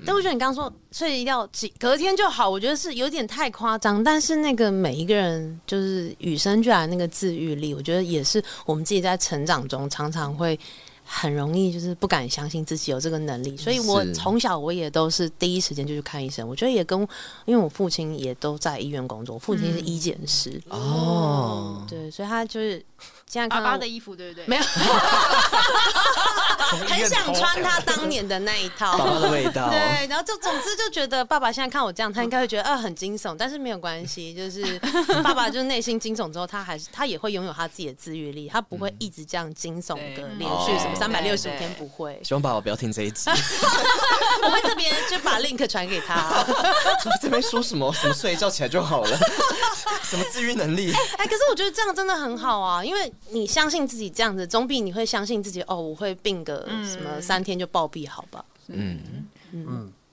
但我觉得你刚刚说，所以要几隔天就好，我觉得是有点太夸张。但是那个每一个人就是与生俱来那个自愈力，我觉得也是我们自己在成长中常常会很容易就是不敢相信自己有这个能力。所以我
是
从小我也都是第一时间就去看医生。我觉得也跟因为我父亲也都在医院工作，我父亲是医检师，
哦，
对，所以他就是现在
爸
看
爸
到
的衣服，对不对？
没有，
从医院
很想
偷
穿他当年的那一套。
爸爸的味道，
对，然后就总之就觉得爸爸现在看我这样，他应该会觉得啊很惊悚，但是没有关系，就是爸爸就是内心惊悚之后，他还是他也会拥有他自己的自愈力，他不会一直这样惊悚
对
的
嗯
连续什么
哦
三百六十五
对
天不会，
希望爸爸不要听这一集，
我会特别就把 link 传给他。
这边说什么什么睡一觉起来就好了，什么自愈能力，
哎，可是我觉得这样真的很好啊，因为你相信自己这样子，总比你会相信自己哦，我会病个什么三天就暴毙，好吧？
嗯，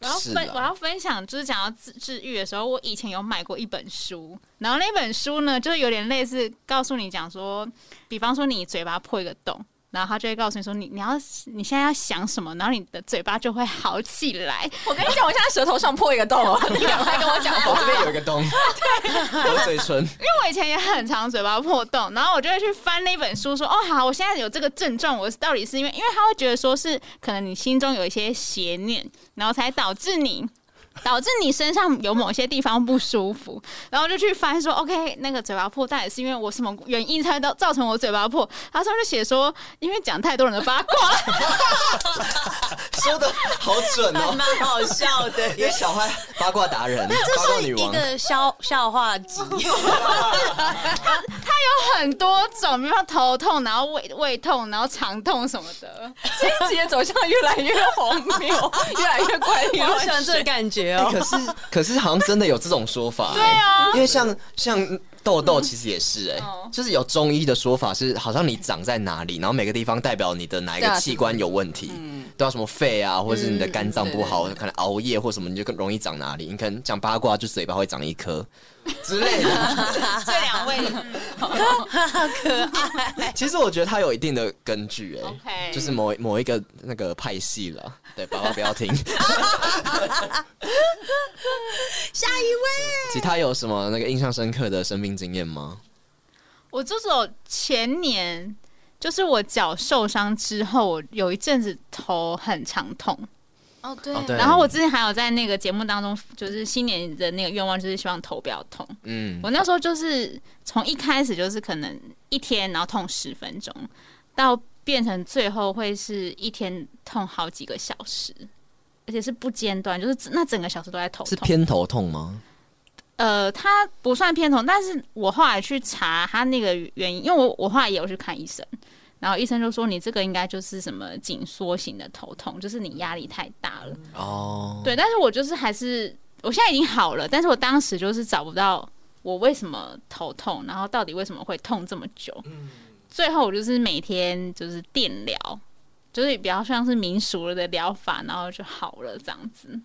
我要
是
分
啊
我要分享，就是讲到自治愈的时候，我以前有买过一本书，然后那本书呢，就是有点类似告诉你讲说，比方说你嘴巴破一个洞。然后他就会告诉你说你，你要你现在要想什么，然后你的嘴巴就会好起来。
我跟你讲，我现在舌头上破一个洞哦，你赶快跟我讲
我这边有一个洞，我的嘴唇，
因为我以前也很常嘴巴破洞，然后我就会去翻那本书说，哦，好，我现在有这个症状，我到底是因为，因为他会觉得说是可能你心中有一些邪念，然后才导致你。 导致你身上有某些地方不舒服，然后就去翻说，OK，那个嘴巴破到底是因为我什么原因才到造成我嘴巴破？他上面就写说，因为讲太多人的八卦，
说的好准
还
哦，
蛮好笑的
因为小孩八卦达人，八卦
这是
女
一
王，
个笑笑话 集，
很多种，比如说头痛，然后胃胃痛，然后肠痛什么的。
这一集的走向越来越荒谬，越来越怪异
我
乱
喜欢这个
神。
感觉
哎
哦。
可是可是好像真的有这种说法、对啊，因为像像痘痘其实也是哎、
哦
就是有中医的说法是，好像你长在哪里，然后每个地方代表你的哪一
对
个
啊
器官有问题，对啊，什么肺啊，或者是你的肝脏不好，可能熬夜或什么，你就更容易长哪里。你可能讲八卦，就嘴巴会长一颗。之类的，
这两位
其实我觉得它有一定的根据、哎
OK
就是某某一个那个派系了。对，爸爸不要听。
下一位。
其他有什么那个印象深刻的生命经验吗？
我就只有前年，就是我脚受伤之后，我有一阵子头很常痛。
哦，对
哦，对。
然后我之前还有在那个节目当中，就是新年的那个愿望就是希望头不要痛。
嗯，
我那时候就是从一开始就是可能一天然后痛十分钟，到变成最后会是一天痛好几个小时，而且是不间断，就是那整个小时都在头
是
痛。
偏头痛吗？
呃，它不算偏头，但是我后来去查它那个原因，因为我我后来也有去看医生，然后医生就说你这个应该就是什么紧缩型的头痛，就是你压力太大了。
哦，
对，但是我就是还是我现在已经好了，但是我当时就是找不到我为什么头痛，然后到底为什么会痛这么久。最后我就是每天就是电疗，就是比较像是民俗的疗法，然后就好了这样子，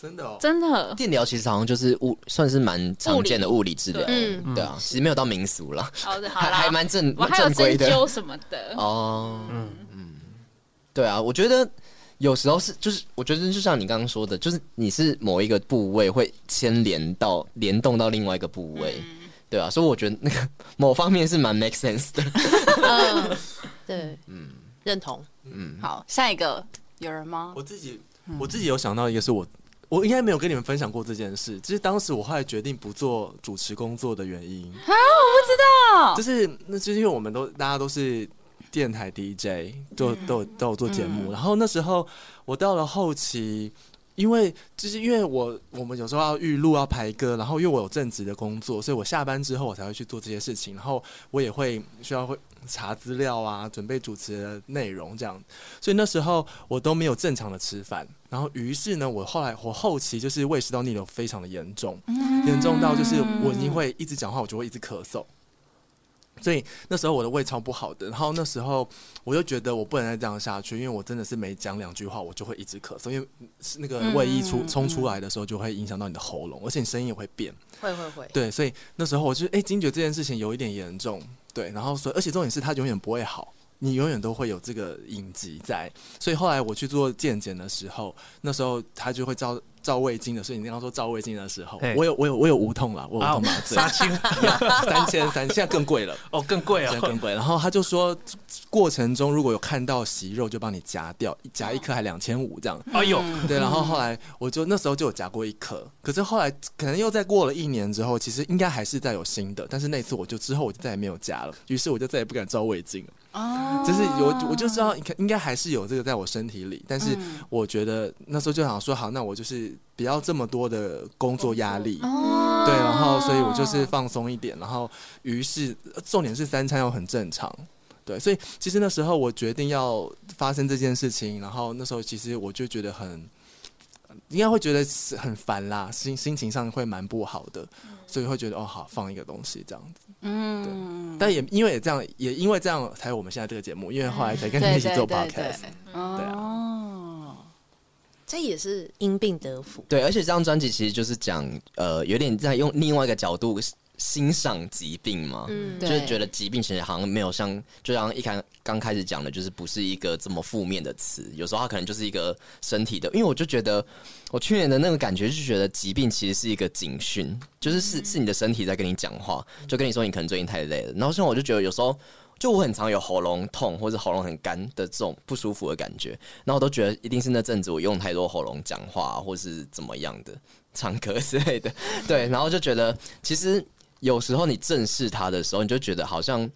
真的哦，
真的。
电疗其实好像就是物，算是蛮常见的物理治疗，
嗯，
对啊，其实没有到民俗了，
好哦的，好
还
啦，
还蛮正
我还有
正规
针
的
灸什么的。
哦，嗯嗯，对啊，我觉得有时候是就是，我觉得就像你刚刚说的，就是你是某一个部位会牵连到联动到另外一个部位，对啊，所以我觉得那个 某方面是蛮 make sense 的，
嗯，对，嗯，认同。
好，下一个有人吗？
我自己我自己有想到一个是我。我应该没有跟你们分享过这件事，就是当时我后来决定不做主持工作的原因。
哦
就是那就是因为我们都大家都是电台 DJ，都都有都有做节目。然后那时候我到了后期，因为就是因为我我们有时候要预录要排歌，然后因为我有正职的工作，所以我下班之后我才会去做这些事情。然后我也会需要会查资料啊，准备主持的内容这样。所以那时候我都没有正常的吃饭。然后于是呢，我后来我后期就是胃食道逆流非常的严重，严重到就是我已经会一直讲话，我就会一直咳嗽。所以那时候我的胃超不好的，然后那时候我就觉得我不能再这样下去，因为我真的是每讲两句话我就会一直咳嗽，因为是那个胃一出冲出来的时候就会影响到你的喉咙，而且你声音也会变。
会会会，
对，所以那时候我就哎、惊觉这件事情有一点严重，对，然后所以而且重点是它永远不会好，你永远都会有这个影集在。所以后来我去做健检的时候，那时候他就会照照胃镜的，所以你刚刚说照胃镜的时候
嘿，啊
我有我有我有无痛了，我
啊
有无痛麻醉，
杀青
三千三，现在更贵了。
哦，更贵
现
啊
在！更贵，然后他就说，过程中如果有看到息肉，就帮你夹掉，夹一颗还两千五这样。
哎呦，
嗯
对，然后后来我就那时候就有夹过一颗，可是后来可能又再过了一年之后，其实应该还是再有新的，但是那次我就之后我就再也没有夹了，于是我就再也不敢照胃镜了。哦，就是我我就知道应该应该还是有这个在我身体里，但是
嗯
我觉得那时候就想说，好，那我就是不要这么多的工作压力，
嗯
哦
对，然后所以我就是放松一点，然后于是呃重点是三餐又很正常。对，所以其实那时候我决定要发生这件事情，然后那时候其实我就觉得很，应该会觉得是很烦啦，心心情上会蛮不好的，所以会觉得哦好放一个东西这样子，
嗯，
但也因为也这样，也因为这样才有我们现在这个节目，因为后来才跟你一
对
起
对
做
嗯对对
podcast，，
哦，
这也是因病得福。
对，而且这张专辑其实就是讲，呃，有点在用另外一个角度欣赏疾病嘛，
嗯
就是
对
觉得疾病其实好像没有像，就像一开刚开始讲的，就是不是一个这么负面的词，有时候它可能就是一个身体的，因为我就觉得我去年的那个感觉是觉得疾病其实是一个警讯，就是是是你的身体在跟你讲话，就跟你说你可能最近太累了，然后像我就觉得有时候。就我很常有喉咙痛或者喉咙很干的这种不舒服的感觉，然后我都觉得一定是那阵子我用太多喉咙讲话啊或是怎么样的唱歌 之类的，对，然后就觉得其实有时候你正视它的时候，你就觉得好像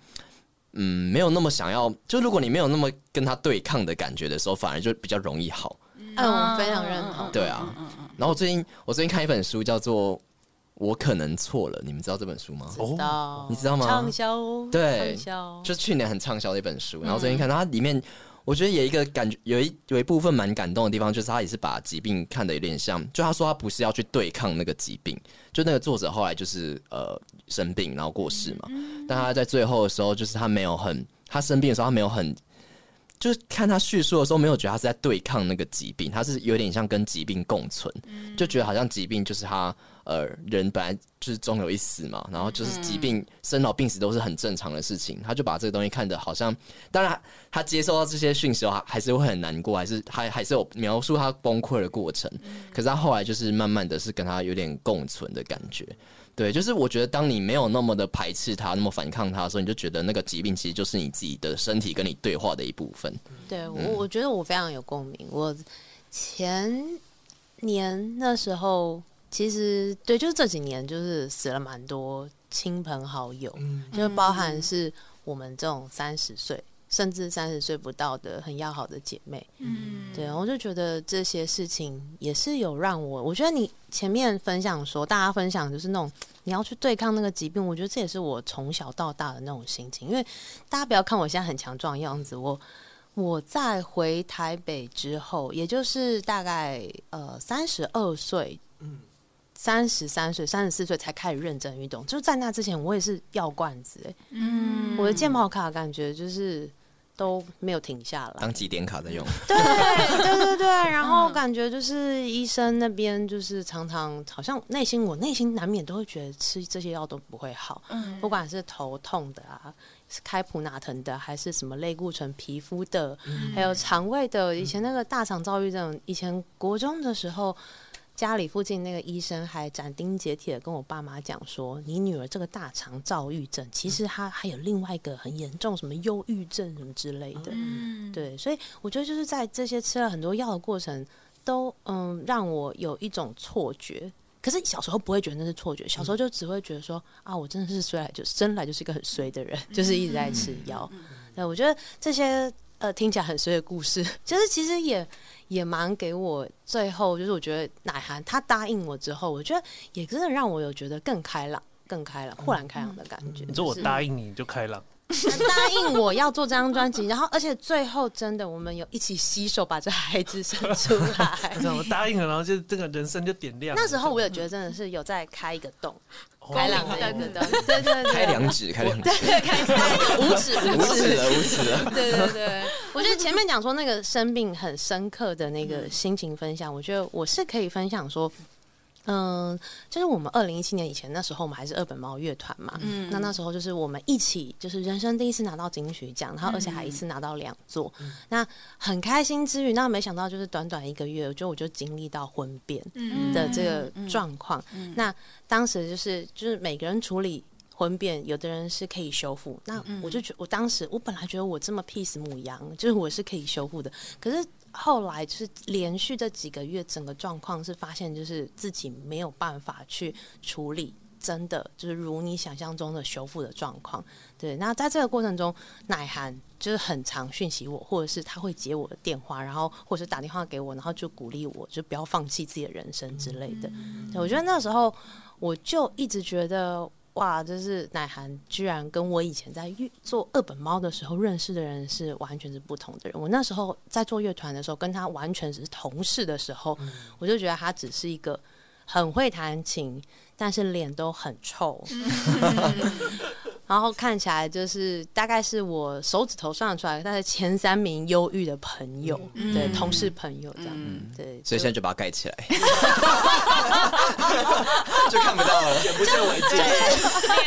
嗯没有那么想要，就如果你没有那么跟它对抗的感觉的时候，反而就比较容易好。
嗯，我非常认同。
对啊，然后我最近我最近看一本书叫做《我可能错了》，你们知道这本书吗？
知道
哦你知道吗
畅销
对
畅销
就是去年很畅销的一本书，然后最近看到它里面，我觉得有一个感觉，有一有一部分蛮感动的地方，就是他也是把疾病看得有点像，就他说他不是要去对抗那个疾病，就那个作者后来就是呃生病然后过世嘛，但他在最后的时候，就是他没有很，他生病的时候他没有很。就是看他叙述的时候，没有觉得他是在对抗那个疾病，他是有点像跟疾病共存，就觉得好像疾病就是他呃人本来就是终有一死嘛，然后就是疾病生老病死都是很正常的事情，他就把这个东西看得好像，当然他接收到这些讯息后，还还是会很难过，还是还还是有描述他崩溃的过程，可是他后来就是慢慢的是跟他有点共存的感觉。对，就是我觉得，当你没有那么的排斥它，那么反抗它的时候，你就觉得那个疾病其实就是你自己的身体跟你对话的一部分。
对我，我觉得我非常有共鸣。我前年那时候，其实对，就是这几年，就是死了蛮多亲朋好友，就包含是我们这种三十岁甚至三十岁不到的很要好的姐妹。
嗯，
对，我就觉得这些事情也是有让我，我觉得你前面分享说，大家分享就是那种你要去对抗那个疾病，我觉得这也是我从小到大的那种心情。因为大家不要看我现在很强壮的样子，我我在回台北之后，也就是大概呃三十二岁，三十三岁、三十四岁才开始认真运动，就是在那之前，我也是药罐子、欸，嗯，我的健保卡感觉就是都没有停下来，
当几点卡在用，
对对对对，然后感觉就是医生那边就是常常好像内心我内心难免都会觉得吃这些药都不会好，不管是头痛的啊，是开普拿疼的，还是什么类固醇皮肤的，还有肠胃的。以前那个大肠躁郁症，以前国中的时候。家里附近那个医生还斩钉截铁地跟我爸妈讲说：“你女儿这个大肠躁郁症，其实她还有另外一个很严重什么忧郁症什么之类
嗯
的。”对，所以我觉得就是在这些吃了很多药的过程，都嗯让我有一种错觉。可是小时候不会觉得那是错觉，小时候就只会觉得说、啊，我真的是衰来就是生来就是一个很衰的人，就是一直在吃药。对，我觉得这些呃听起来很衰的故事， 就是其实也也蛮给我最后就是我觉得奶涵他答应我之后，我觉得也真的让我有觉得更开朗、更开朗、豁然开朗的感觉。
你说我
就是
答应你就开朗，
答应我要做这张专辑，然后而且最后真的我们有一起洗手把这孩子生出来
这。样我答应了，然后就这个人生就点亮 了。
那时候我也觉得真的是有在开一个洞，
哦
开朗的一个洞，对对
开
对，
哎两指，开两指，
对开开无耻
无
无
耻
耻，
了，无耻了。
对对对，我觉得前面讲说那个生病很深刻的那个心情分享，我觉得我是可以分享说，嗯，就是我们二零一七年以前那时候，我们还是二本猫乐团嘛。嗯，那那时候就是我们一起，就是人生第一次拿到金曲奖，然后而且还一次拿到两座，那很开心之余，那没想到就是短短一个月，我觉得我就经历到婚变
嗯
的这个状况。那当时就是就是每个人处理婚变，有的人是可以修复，那我就觉我当时我本来觉得我这么 peace 母羊， 就是我是可以修复的，可是后来就是连续这几个月，整个状况是发现就是自己没有办法去处理，真的就是如你想象中的修复的状况。对，那在这个过程中，奶涵就是很常讯息我，或者是他会接我的电话，然后或者是打电话给我，然后就鼓励我，就不要放弃自己的人生之类的。对我觉得那时候我就一直觉得。哇，就是奶涵居然跟我以前在乐做二本猫的时候认识的人是完全是不同的人。我那时候在做乐团的时候，跟他完全只是同事的时候，
嗯
我就觉得他只是一个很会弹琴，但是脸都很臭， 然后看起来就是大概是我手指头算得出来，但是前三名忧郁的朋友，对同事朋友这样，
嗯
对，
嗯所以现在就把它盖起来， 就看不到了，不见为净，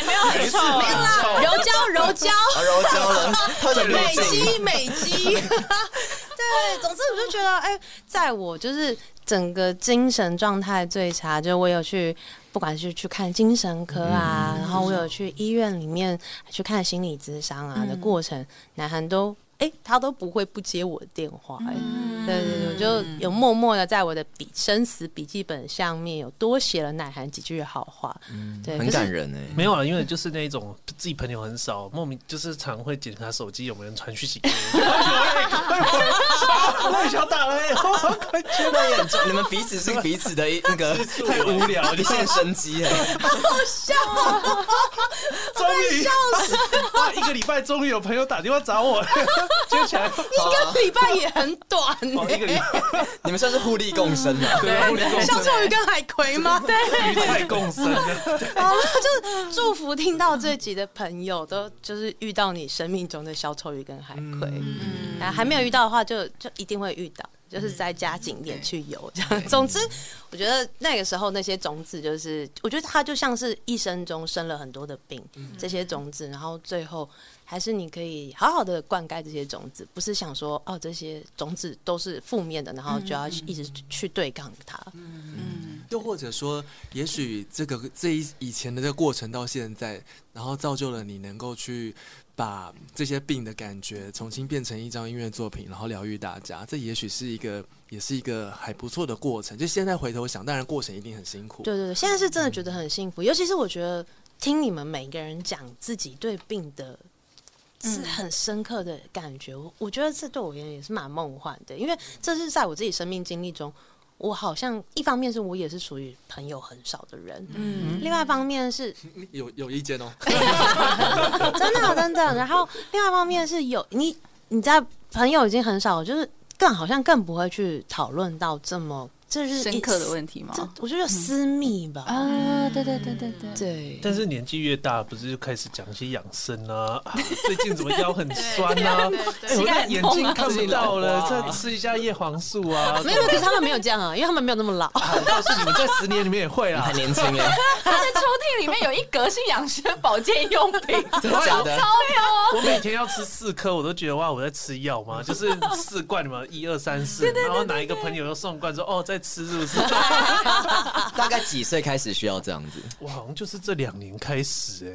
没有很臭啊，
柔焦柔焦。
啊柔焦了，它就
美
不净。
肌，美肌。 对，总之我就觉得，哎、在我就是整个精神状态最差，就我有去，不管是去看精神科啊，然后我有去医院里面去看心理咨商啊的过程，南韩都。哎、他都不会不接我的电话、哎、对对对，我就有默默的在我的笔生死笔记本上面有多写了奶涵几句好话，对，
很
可是
感人哎，
没有啊，因为就是那一种自己朋友很少，莫名就是常会检查手机有没有人传讯息 给我。 我想打 了，哎
真的耶，你们彼此是彼此的那 个
太无聊了，
一线生机哎，
终于笑 死！哇，一个礼拜终于有朋友打电话找我了， 接起来，
一个礼拜也很短、
哇，一个礼拜
你们算是互利共生啊，
对，物理共
像
生，
咒鱼跟海葵吗？对。
鱼菜共生的，
好了，哦就是祝福听到这集的朋友都就是遇到你生命中的小丑鱼跟海葵，嗯，啊，还没有遇到的话就就一定会遇到，就是再加紧点去游这样。总之，我觉得那个时候那些种子就是，我觉得它就像是一生中生了很多的病，这些种子，然后最后。还是你可以好好的灌溉这些种子，不是想说哦这些种子都是负面的，然后就要去一直去对抗它。
又或者说，也许这个这一以前的这个过程到现在，然后造就了你能够去把这些病的感觉重新变成一张音乐作品，然后疗愈大家。这也许是一个，也是一个还不错的过程。就现在回头想，当然过程一定很辛苦。
对对对，现在是真的觉得很幸福，尤其是我觉得听你们每个人讲自己对病的。
嗯
是很深刻的感觉，我我觉得这对我而言也是蛮梦幻的，因为这是在我自己生命经历中，我好像一方面是我也是属于朋友很少的人，嗯，另外一方面是 哦
有有意见哦，
真的真的。然后另外一方面是有你你在朋友已经很少，就是更好像更不会去讨论到这么这是
深刻的问题吗？
这我觉得私密吧，
啊，对对对对对，
对。
但是年纪越大，不是就开始讲一些养生啊？啊最近怎么腰很酸 啊？哎，我那眼睛看不到了，再吃一下叶黄素啊。
没有，没有，可是他们没有这样啊，因 为他们没有那么老。
啊倒是你们在十年里面也会
你
啊啦
还。年轻哎，
他的抽屉里面有一格是养生保健用品，
真的假的？
我每天要吃四颗，我都觉得哇，我在吃 药吗？就是四罐嘛，一二三四，然后哪一个朋友又送罐说哦，在吃是 不是？
大概几岁开始需要这样子？
我好像就是这两年开始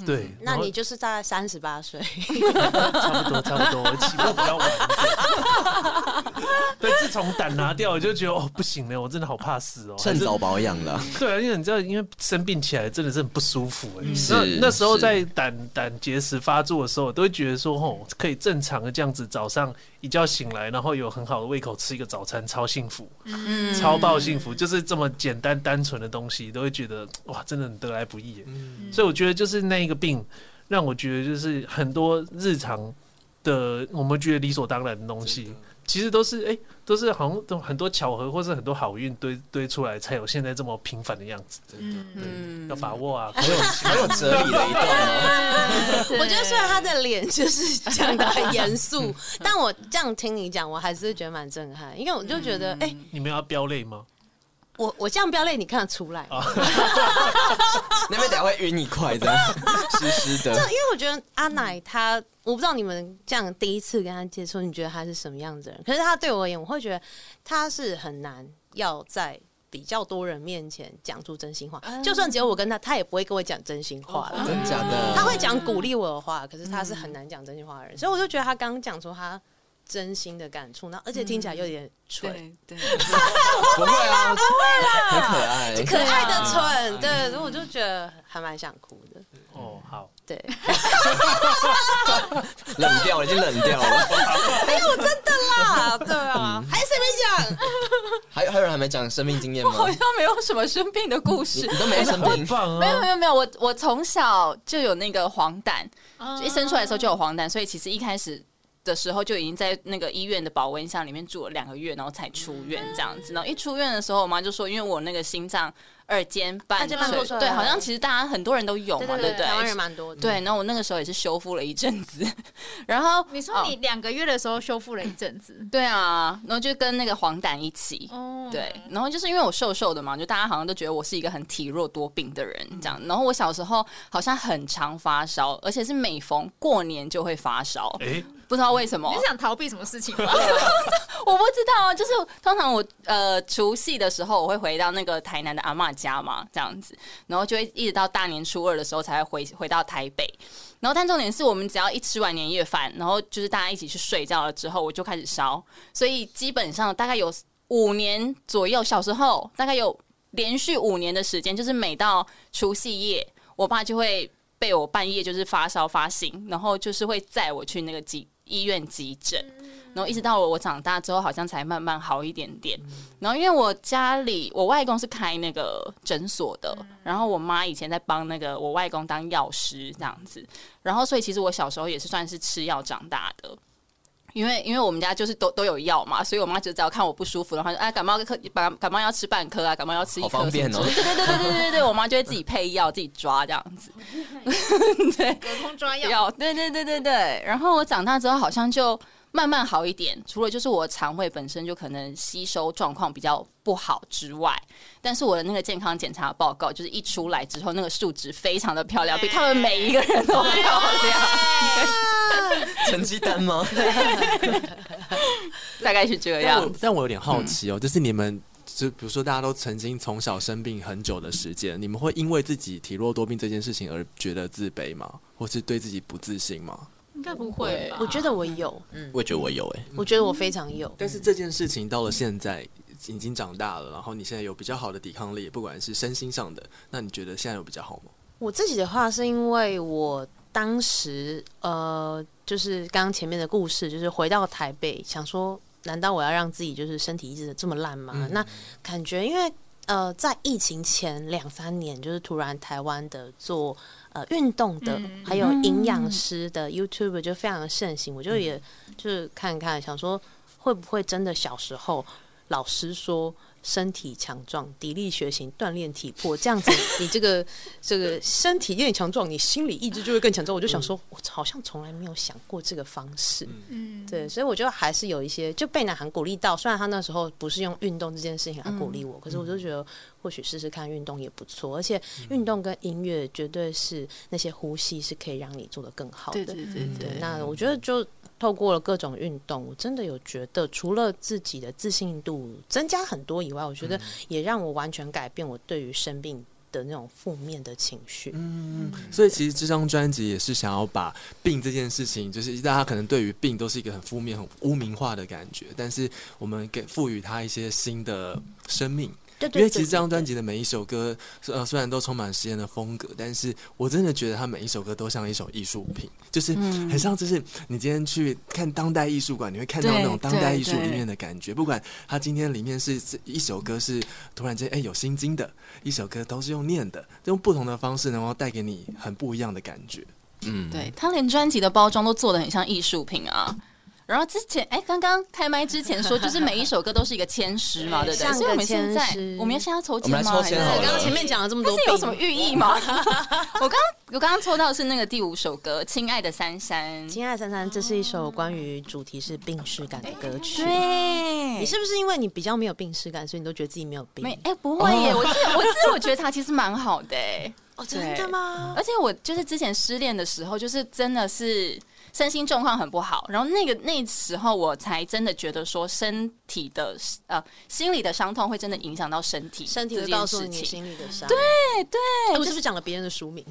哎、对，
嗯那
然后
你就是大概三十八岁，
差不多差不多，我起步比较晚一点。 对，自从胆拿掉，我就觉得哦不行了，我真的好怕死哦。
趁早保养了，
对啊，因为你知道，因为生病起来真的是很不舒服哎、
嗯是
那那时候
是
在胆胆结石发作的时候，我都会觉得说，吼，可以正常的这样子，早上一觉醒来，然后有很好的胃口，吃一个早餐，超幸福，
嗯
嗯
超爆幸福，就是这么简单单纯的东西，都会觉得哇，真的很得来不易耶。欸
嗯
所以我觉得就是那一个病，让我觉得就是很多日常的我们觉得理所当然的东西。其实都是哎、都是好像都很多巧合，或是很多好运堆堆出来，才有现在这么平凡的样子。
嗯
要把握啊！
很有很有哲理的一段哦。
我觉得虽然他的脸就是讲的很严 肃，但
嗯
我这样听你讲，我还是觉得蛮震撼，因为我就觉得，哎、
你们要飙泪吗？
我我这样标类你看得出来吗？
那边等下会晕一块的，湿湿
这
的。
因为我觉得阿奶她，我不知道你们这样第一次跟她接触，你觉得她是什么样子的人？可是她对我而言，我会觉得她是很难要在比较多人面前讲出真心话。就算只有我跟她，她也不会跟我讲真心话了。
真假
她
的？
会讲鼓励我的话，可是她是很难讲真心话的人。所以我就觉得她刚刚讲出她真心的感触，然后而且听起来有点蠢。
对对，
不会啊，不会啦，很可爱。
可爱的蠢，对，所以我就觉得还蛮想哭的，
哦，好，
对。
冷掉了，已经冷掉了。
啊，对啊，还有谁没讲？
还有还有人还没讲生命经验吗？
好像没有什么生病的故
你
事。
你都没生病，
棒
没有
啊！
没有没有，我我从小就有那个黄疸，
嗯
一生出来的时候就有黄疸，所以其实一开始的时候就已经在那个医院的保温箱里面住了两个月，然后才出院这样子。然后一出院的时候，我妈就说，因为我那个心脏二尖瓣
二尖瓣
所以
破碎
对，好像其实大家很多人都有嘛，对不
台湾
对？
人蛮多的。
对，然后我那个时候也是修复了一阵子，然后
你
哦
说你两个月的时候修复了一阵子，
对啊，然后就跟那个黄疸一起，
哦
对，然后就是因为我瘦瘦的嘛，就大家好像都觉得我是一个很体弱多病的人这样。然后我小时候好像很常发烧，而且是每逢过年就会发烧，
哎，
不知道为什么
你是。想逃避什么事情吗？
我不知道啊，就是通常我呃除夕的时候，我会回到那个台南的阿嬷家嘛，这样子，然后就会一直到大年初二的时候才会回回到台北。然后，但重点是我们只要一吃完年夜饭，然后就是大家一起去睡觉了之后，我就开始烧，所以基本上大概有五年左右，小时候大概有连续五年的时间，就是每到除夕夜，我爸就会被我半夜就是发烧发醒，然后就是会载我去那个急医院急诊。然后一直到我长大之后，好像才慢慢好一点点。然后因为我家里我外公是开那个诊所的，然后我妈以前在帮那个我外公当药师这样子，然后所以其实我小时候也是算是吃药长大的。因为因为我们家就是都都有药嘛，所以我妈就只要看我不舒服的话，就哎感冒颗感感冒药吃半颗啊，感冒药吃一
好
颗，
方便哦
什么之类的对对对对对对，我妈就会自己配药自己抓这样子。
隔空抓药，
有，对对对对对。然后我长大之后好像就慢慢好一点，除了就是我肠胃本身就可能吸收状况比较不好之外，但是我的那个健康检查报告就是一出来之后，那个数值非常的漂亮，比他们每一个人都漂亮，
成绩单吗？
大概是这
但
样
我。但我有点好奇哦，就是你们。就比如说，大家都曾经从小生病很久的时间，你们会因为自己体弱多病这件事情而觉得自卑吗？或是对自己不自信吗？
应该不会吧
我？觉得我有，嗯，
我也觉得我有哎，
我觉得我非常有。
但是这件事情到了现在已经长大了，然后你现在有比较好的抵抗力，不管是身心上的，那你觉得现在有比较好吗？
我自己的话是因为我当时呃，就是刚刚前面的故事，就是回到台北，想说，难道我要让自己就是身体一直这么烂吗？
嗯
那感觉因为呃，在疫情前两三年，就是突然台湾的做呃运动的，
嗯
还有营养师的 YouTube 就非常的盛行，我
嗯
就也就是看看，想说会不会真的小时候老师说。身体强壮，砥砺学行，锻炼体魄，这样子，你这个这个身体越强壮，你心理意志就会更强壮。我就想说，我好像从来没有想过这个方式。
嗯，
对，所以我觉得还是有一些就被南韩鼓励到，虽然他那时候不是用运动这件事情来鼓励我，可是我就觉得或许试试看运动也不错，而且运动跟音乐绝对是那些呼吸是可以让你做得更好的。
对
对，那我觉得就透过了各种运动，我真的有觉得除了自己的自信度增加很多以外，我觉
嗯
得也让我完全改变我对于生病的那种负面的情绪。
嗯所以其实这张专辑也是想要把病这件事情，就是大家可能对于病都是一个很负面、很污名化的感觉，但是我们给赋予它一些新的生命。
对啊对
因为其
对
实这张
对
专辑的每一首歌，呃，虽然都充满实验的风格，但是我真的觉得它每一首歌都像一首艺术品，就是
嗯
很像，就是你今天去看当代艺术馆，你会看到那种
对
当代艺术里面的感觉。不管它今天里面是是一首歌是突然间哎、有心经的，一首歌都是用念的，用不同的方式，然后带给你很不一样的感觉。
嗯，
对他连专辑的包装都做的很像艺术品啊。然后之前哎，刚刚开麦之前说，就是每一首歌都是一个签诗嘛，对不对？
像个
所以我们现在
签诗
我们要现在抽
我
签
们
吗？
来抽签
还
好
是
了
刚
呃
刚前面讲了这么
它
多，
是有什么寓意 吗？我刚我刚刚抽到的是那个第五首歌《亲爱的珊珊》，
亲爱的珊珊，这是一首关于主题是病逝感的歌曲。
哎对
你，是不是因为你比较没有病耻感，所以你都觉得自己没有病？
没哎、不会耶，我自我自我觉察其实蛮好的哎、
哦，真的吗？
而且我就是之前失恋的时候，就是真的是身心状况很不好，然后那个那时候我才真的觉得说身体的呃心理的伤痛会真的影响到身体，
身体会告诉你心里的伤。对，我是不是讲了别人的书名？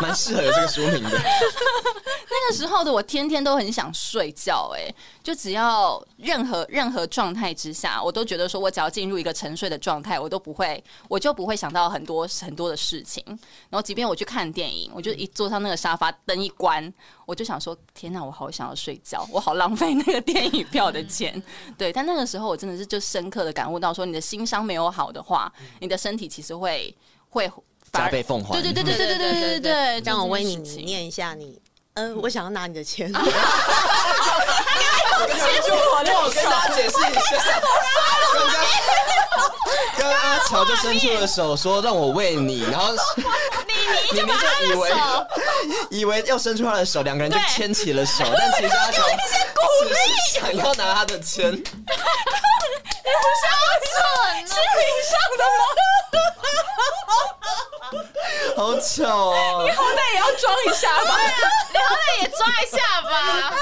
蛮适合有这个书名的。
那个时候的我天天都很想睡觉、哎，就只要任何任何状态之下，我都觉得说我只要进入一个沉睡的状态，我都不会，我就不会想到很多很多的事情。然后，即便我去看电影，我就一坐上那个沙发，灯一关，我就想说：天哪，我好想要睡觉，我好浪费那个电影票的钱。对，但那个时候我真的是就深刻的感悟到，说你的心伤没有好的话，你的身体其实会会反
加
而
倍奉还。
对对对对对对对对对，
让我为
为
你你念一下你。嗯，我想要拿你的钱。
让我跟大家解释一下， 刚刚刚刚阿乔就伸出了手说让我喂你，然后你你就以为以为要伸出他的手，两个人就牵起了手，但其实阿乔只是想要拿他的签。
心灵上的
好巧哦！
好歹也要装一下吧。
你好歹也抓一下吧。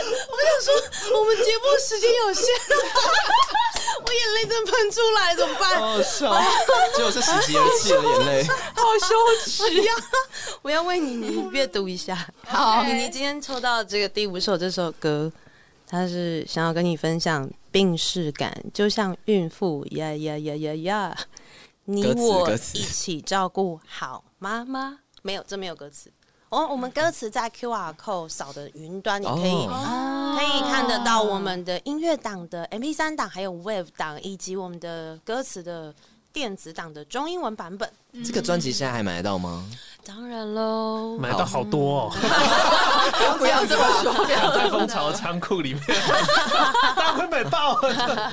我们节目时间有限， 我眼泪真喷出来，怎么办？
好笑，结果是喜极而泣的眼泪。
我要，我要为你你阅读一下。
好
你你今天抽到这个第五首这首歌，它是想要跟你分享病逝感，就像孕妇呀呀呀呀呀，你
歌词
我
歌词
一起照顾好妈妈。没有，这没有歌词。哦，我们歌词在 Q R code 扫的云端，你可以、
哦
可以看得到我们的音乐档的 MP 三档，还有 Wave 档，以及我们的歌词的电子档的中英文版本。
这个专辑现在还买得到吗？
当然喽，
买到好多哦，
不要这么说，不要
在蜂巢仓库里面，大家会买爆。 啊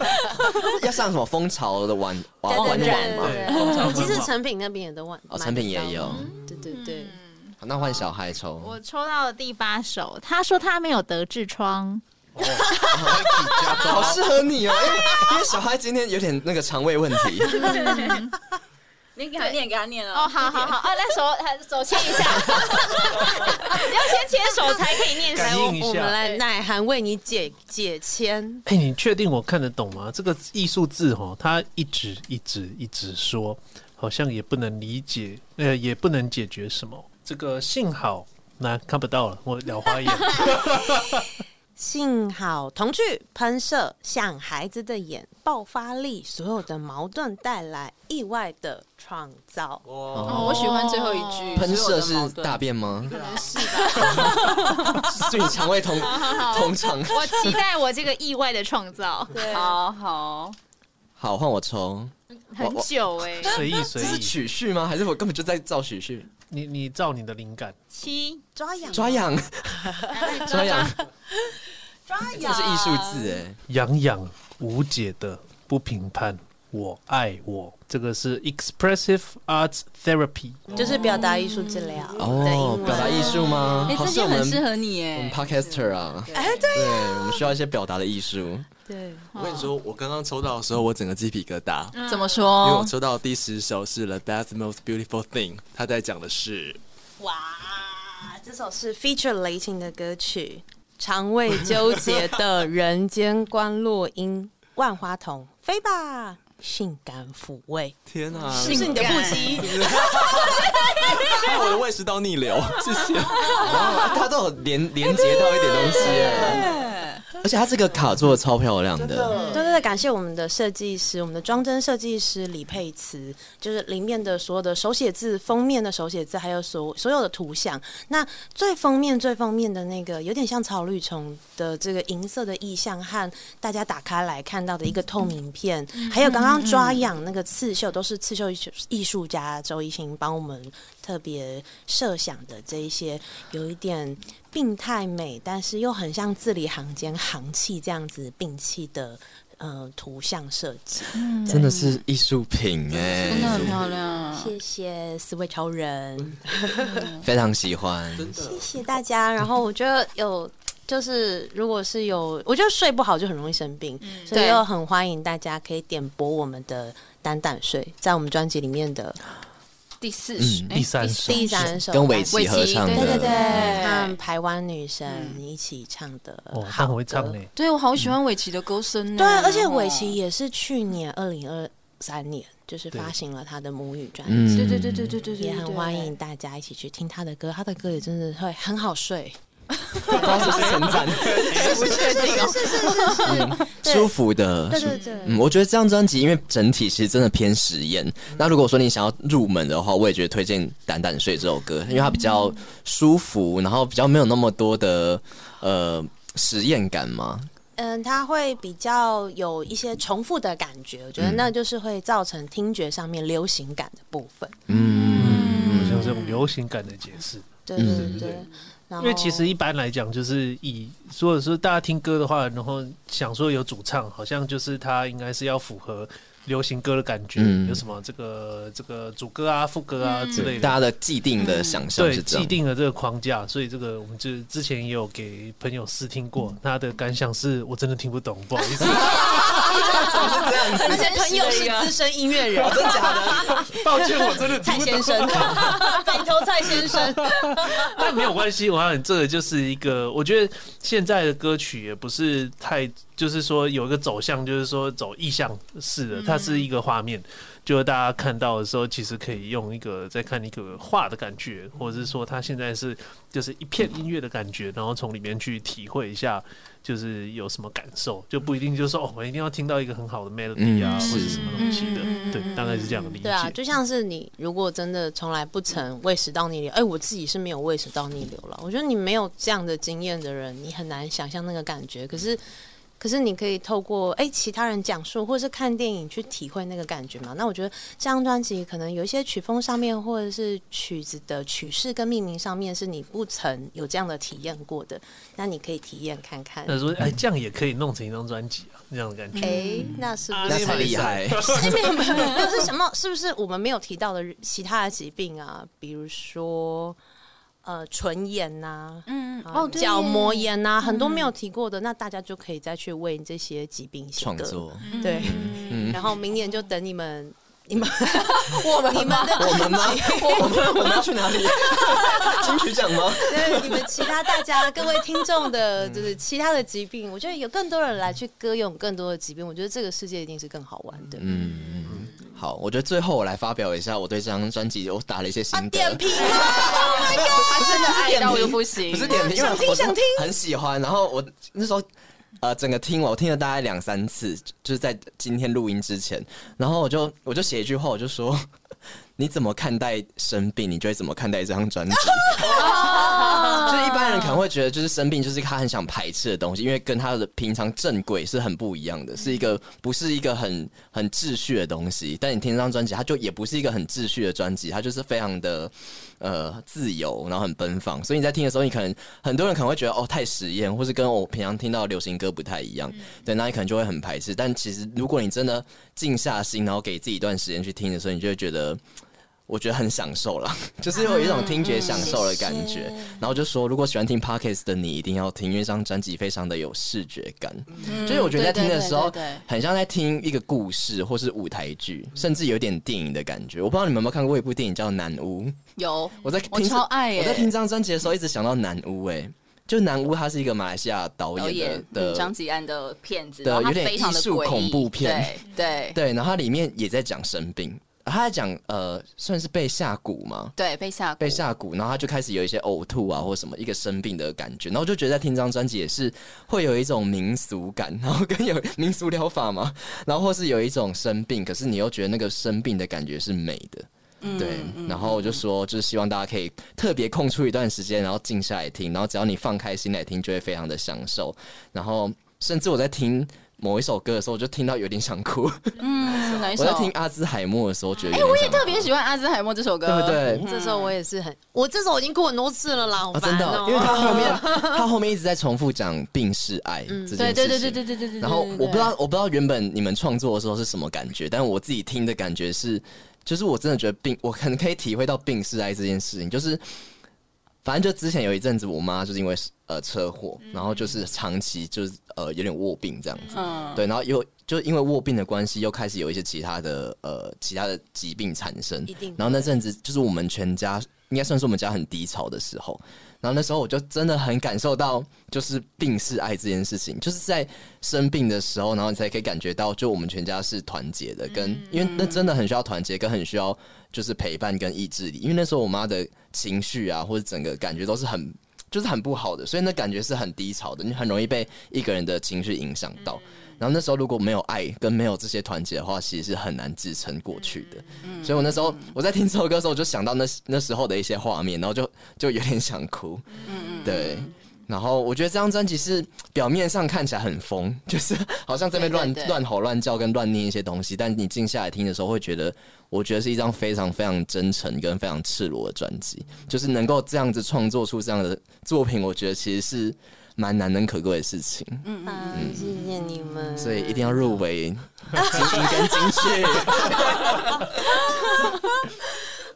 要上什么蜂巢的玩玩玩
对
网吗？
对，蜂巢
哦其实
官网
成品那边也都玩，
哦，成品也有
买得到。。对对对，
那换小孩抽，
我抽到了第八首，他说他没有得痔疮，
好适合你哦，因为因为小孩今天有点那个肠胃问 题，
你给他念，给他念
哦，好好好，啊，那手 还手牵一下，要先牵手才可以念
感
手。
应一
哦我们
下。
来奶涵为你解解签。
哎，你确定我看得懂吗？这个艺术字哦，它一直一直一直说，好像也不能理解，呃，也不能解决什么。这个幸好那看不到了，我聊花眼。
幸好童趣喷射像孩子的眼，爆发力，所有的矛盾带来意外的创造。
哦我喜欢最后一句，
喷射是大便吗？ 是你肠胃 通通畅。
我期待我这个意外的创造，
对
好好，
好，换我抽，我
很
我
久哎，
随意随
这是
意，
曲序吗？还是我根本就在造曲序？
你你照你的灵感，
七
抓痒，
抓痒，嗯 抓痒， 这是艺术字哎。
痒痒无解的不评判，我爱我。这个是 expressive arts therapy，
就是表达艺术治疗的
哦
英，文。
表达艺术吗？
哎，
好
这
像我
句
们
很适合你
我们
哎。
podcaster 啊，
哎，对，
对，我们需要一些表达的艺术。
对，
哦
我跟你说，我刚刚抽到的时候，我整个鸡皮疙瘩，因
怎么
为我
嗯
说？
抽到第十首是《The Best Most Beautiful Thing》，他在讲的是
哇，这首是 feature 雷霆的歌曲，《肠胃纠结的人间观落英》，万花筒，飞吧，性感抚慰，
天啊，
是不是你的腹肌？
害我的胃食道逆 流，谢谢。
哇，它哦都有
哎
连连接到一点东西哎，而且它这个卡做的超漂亮的，
对对对，感谢我们的设计师，我们的装帧设计师李佩慈，就是里面的所有的手写字、封面的手写字，还有所所有的图像。那最封面、最封面的那个，有点像草绿虫的这个银色的意象，和大家打开来看到的一个透明片，还有刚刚抓痒那个刺绣，都是刺绣艺术艺术家周一兴帮我们特别设想的这一些，有一点病态美，但是又很像字里行间行气这样子病气的呃图像设计。
真的是艺术品哎、
真的很漂亮。啊
谢谢四位超人，
非常喜欢。
谢谢大家。然后我觉得有。就是，如果是有，我觉得睡不好就很容易生病，所以
对
又很欢迎大家可以点播我们的《胆胆睡》在我们专辑里面的
第四首，
嗯
哎
第三首
第三首，
跟韦奇
韦
合
奇
唱的，
对
对对对，
对嗯
和台湾女神一起唱的好
哦
歌，，
他很会唱呢。
对我好喜欢韦奇的歌声哦。
对，啊而且韦奇也是去年二零二三年，就是发行了他的母语专辑，
嗯
对对对对对对对，
也很欢
对
迎。大家一起去听他的歌，他的歌也真的会很好睡，
不知道是不是称赞，
不确定哦，
是是是是，对
嗯舒服的。
对对对。
嗯，我觉得这张专辑因为整体其实真的偏实验。那如果说你想要入门的话，我也觉得推荐《胆胆睡》这首歌，因为它比较舒服，然后比较没有那么多的呃实验感嘛。
嗯，它会比较有一些重复的感觉，我觉得那就是会造成听觉上面流行感的部分。
嗯
好像是用流行感的解释。
对对对，然后
因为其实一般来讲，就是以如果说大家听歌的话，然后想说有主唱，好像就是他应该是要符合流行歌的感觉，
嗯
有什么这个这个主歌啊、副歌啊之类
大家的
的。
既定的想象
对
是这
既
样。
定的这个框架，所以这个我们就之前也有给朋友试听过，
嗯
他的感想是我真的听不懂，不好意思。
嗯
而且朋友是资深音乐人，真的假的？
抱歉，我 真的听
蔡
不
先生，北投蔡先生，
但没有关系，我想这个就是一个，我觉得现在的歌曲也不是太，就是说有一个走向，就是说走意向式
嗯
的，它是一个画面，就是大家看到的时候，其实可以用一个在看一个画的感觉，或者是说它现在是就是一片音乐的感觉，然后从里面去体会一下。就是有什么感受，就不一定就是说哦，我一定要听到一个很好的 melody 啊，
嗯
或者
是
什么东西的，对，大概是这样
嗯
的理解。
对啊，就像是你如果真的从来不曾胃食道逆流，哎、我自己是没有胃食道逆流了。我觉得你没有这样的经验的人，你很难想象那个感觉。可是，可是你可以透过哎、其他人讲述，或是看电影去体会那个感觉嘛。那我觉得这张专辑可能有一些曲风上面，或者是曲子的曲式跟命名上面，是你不曾有这样的体验过的。那你可以体验看看。
那说哎，这样也可以弄成一张专辑啊，这样的感觉。
哎、那是不是
那才厉害，
没有没有没有是什么？是不是我们没有提到的其他的疾病啊？比如说呃唇炎呐、
嗯
啊，
哦，对耶
角膜，炎呐、很多没有提过的，那大家就可以再去为这些疾病写
创
歌。
作。
对，
嗯
然后明年就等你们。你们，我们，你们的，
我们吗？我们我们要去哪里？ 金曲奖吗？
对你们其他大家各位听众
嗯
的，就是其他的疾病，我觉得有更多人来去歌咏更多的疾病，我觉得这个世界一定是更好玩的。
嗯，好，我觉得最后我来发表一下我对这张专辑我打了一些心得。
啊点评吗？
他真的爱到
不是点评
又不行，
不是点评，因为
想听
我是
想听
很喜欢。然后我那时候呃，整个听完我听了大概两三次，就是在今天录音之前，然后我就我就写一句话，我就说。 你怎么看待生病，你就会怎么看待这张专辑。
哦
就是一般人可能会觉得，就是生病就是他很想排斥的东西，因为跟他的平常正轨是很不一样的，是一个不是一个很很秩序的东西。但你听这张专辑，它就也不是一个很秩序的专辑，它就是非常的呃自由，然后很奔放。所以你在听的时候，你可能很多人可能会觉得哦太实验，或是跟我平常听到的流行歌不太一样，
嗯
对，那你可能就会很排斥。但其实如果你真的静下心，然后给自己一段时间去听的时候，你就会觉得。我觉得很享受啦， 就是有一种听觉享受的感
啊
觉。然后就说，如果喜欢听 podcast 的你，一定要听，因为这张专辑非常的有视觉感。就是我觉得在听的时候
嗯对对对对对，
很像在听一个故事或是舞台剧，甚至有点电影的感觉。我不知道你们有没有看过一部电影叫《南屋》。
有
我在
我
听
超爱耶，
我在听这张专辑的时候，一直想到南屋、哎，就南屋，他是一个马来西亚导
导
演
演
的
嗯
的、
张吉安的片子，
的
然后他
有点
非常的
艺术
诡异
恐怖片，
对对
对，然后它里面也在讲生病，他在讲呃，算是被下蛊嘛，
对，被吓
被
唬
下蛊，然后他就开始有一些呕吐啊，或什么一个生病的感觉，然后我就觉得在听这张专辑也是会有一种民俗感， 然后跟有民俗疗法嘛，然后或是有一种生病，可是你又觉得那个生病的感觉是美的。
嗯
对，然后我就说，就是希望大家可以特别空出一段时间，然后静下来听，然后只要你放开心来听，就会非常的享受。然后甚至我在听某一首歌的时候，我就听到有点想哭。
嗯， 哪一首
我？在听阿兹海默的时候，觉得哎、
我也特别喜欢阿兹海默这首歌，
对不对？
这时候我也是很，我这时候我已经哭很多次了啦，好
啊，
烦
真的，
哦
因为他后 面他后面一直在重复讲病是爱这件事情。
嗯对对对对对对对对。
然后
对
我不知道，我不知道原本你们创作的时候是什么感觉，但我自己听的感觉是，就是我真的觉得病，我很可以体会到病是爱这件事情，就是反正就之前有一阵子，我妈就是因为呃车祸，
嗯
然后就是长期就是呃有点卧病这样子，
嗯
对，然后又就因为卧病的关系，又开始有一些其他的呃其他的疾病产生
一定，
然后那阵子就是我们全家应该算是我们家很低潮的时候，然后那时候我就真的很感受到，就是病是爱这件事情，就是在生病的时候，然后你才可以感觉到，就我们全家是团结的，跟、因为那真的很需要团结，跟很需要就是陪伴跟意志力。因为那时候我妈的情绪啊，或者整个感觉都是很就是很不好的，所以那感觉是很低潮的，你很容易被一个人的情绪影响到。然后那时候如果没有爱跟没有这些团结的话，其实是很难支撑过去的。所以我那时候我在听这首歌的时候，我就想到那那时候的一些画面，然后就就有点想哭。
嗯
对。然后我觉得这张专辑是表面上看起来很疯， 就是好像这边乱
对对对
乱吼乱叫跟乱念一些东西，但你静下来听的时候，会觉得我觉得是一张非常非常真诚跟非常赤裸的专辑，就是能够这样子创作出这样的作品，我觉得其实是蛮难能可贵的事情，
啊谢谢你们，
所以一定要入围金曲跟金曲。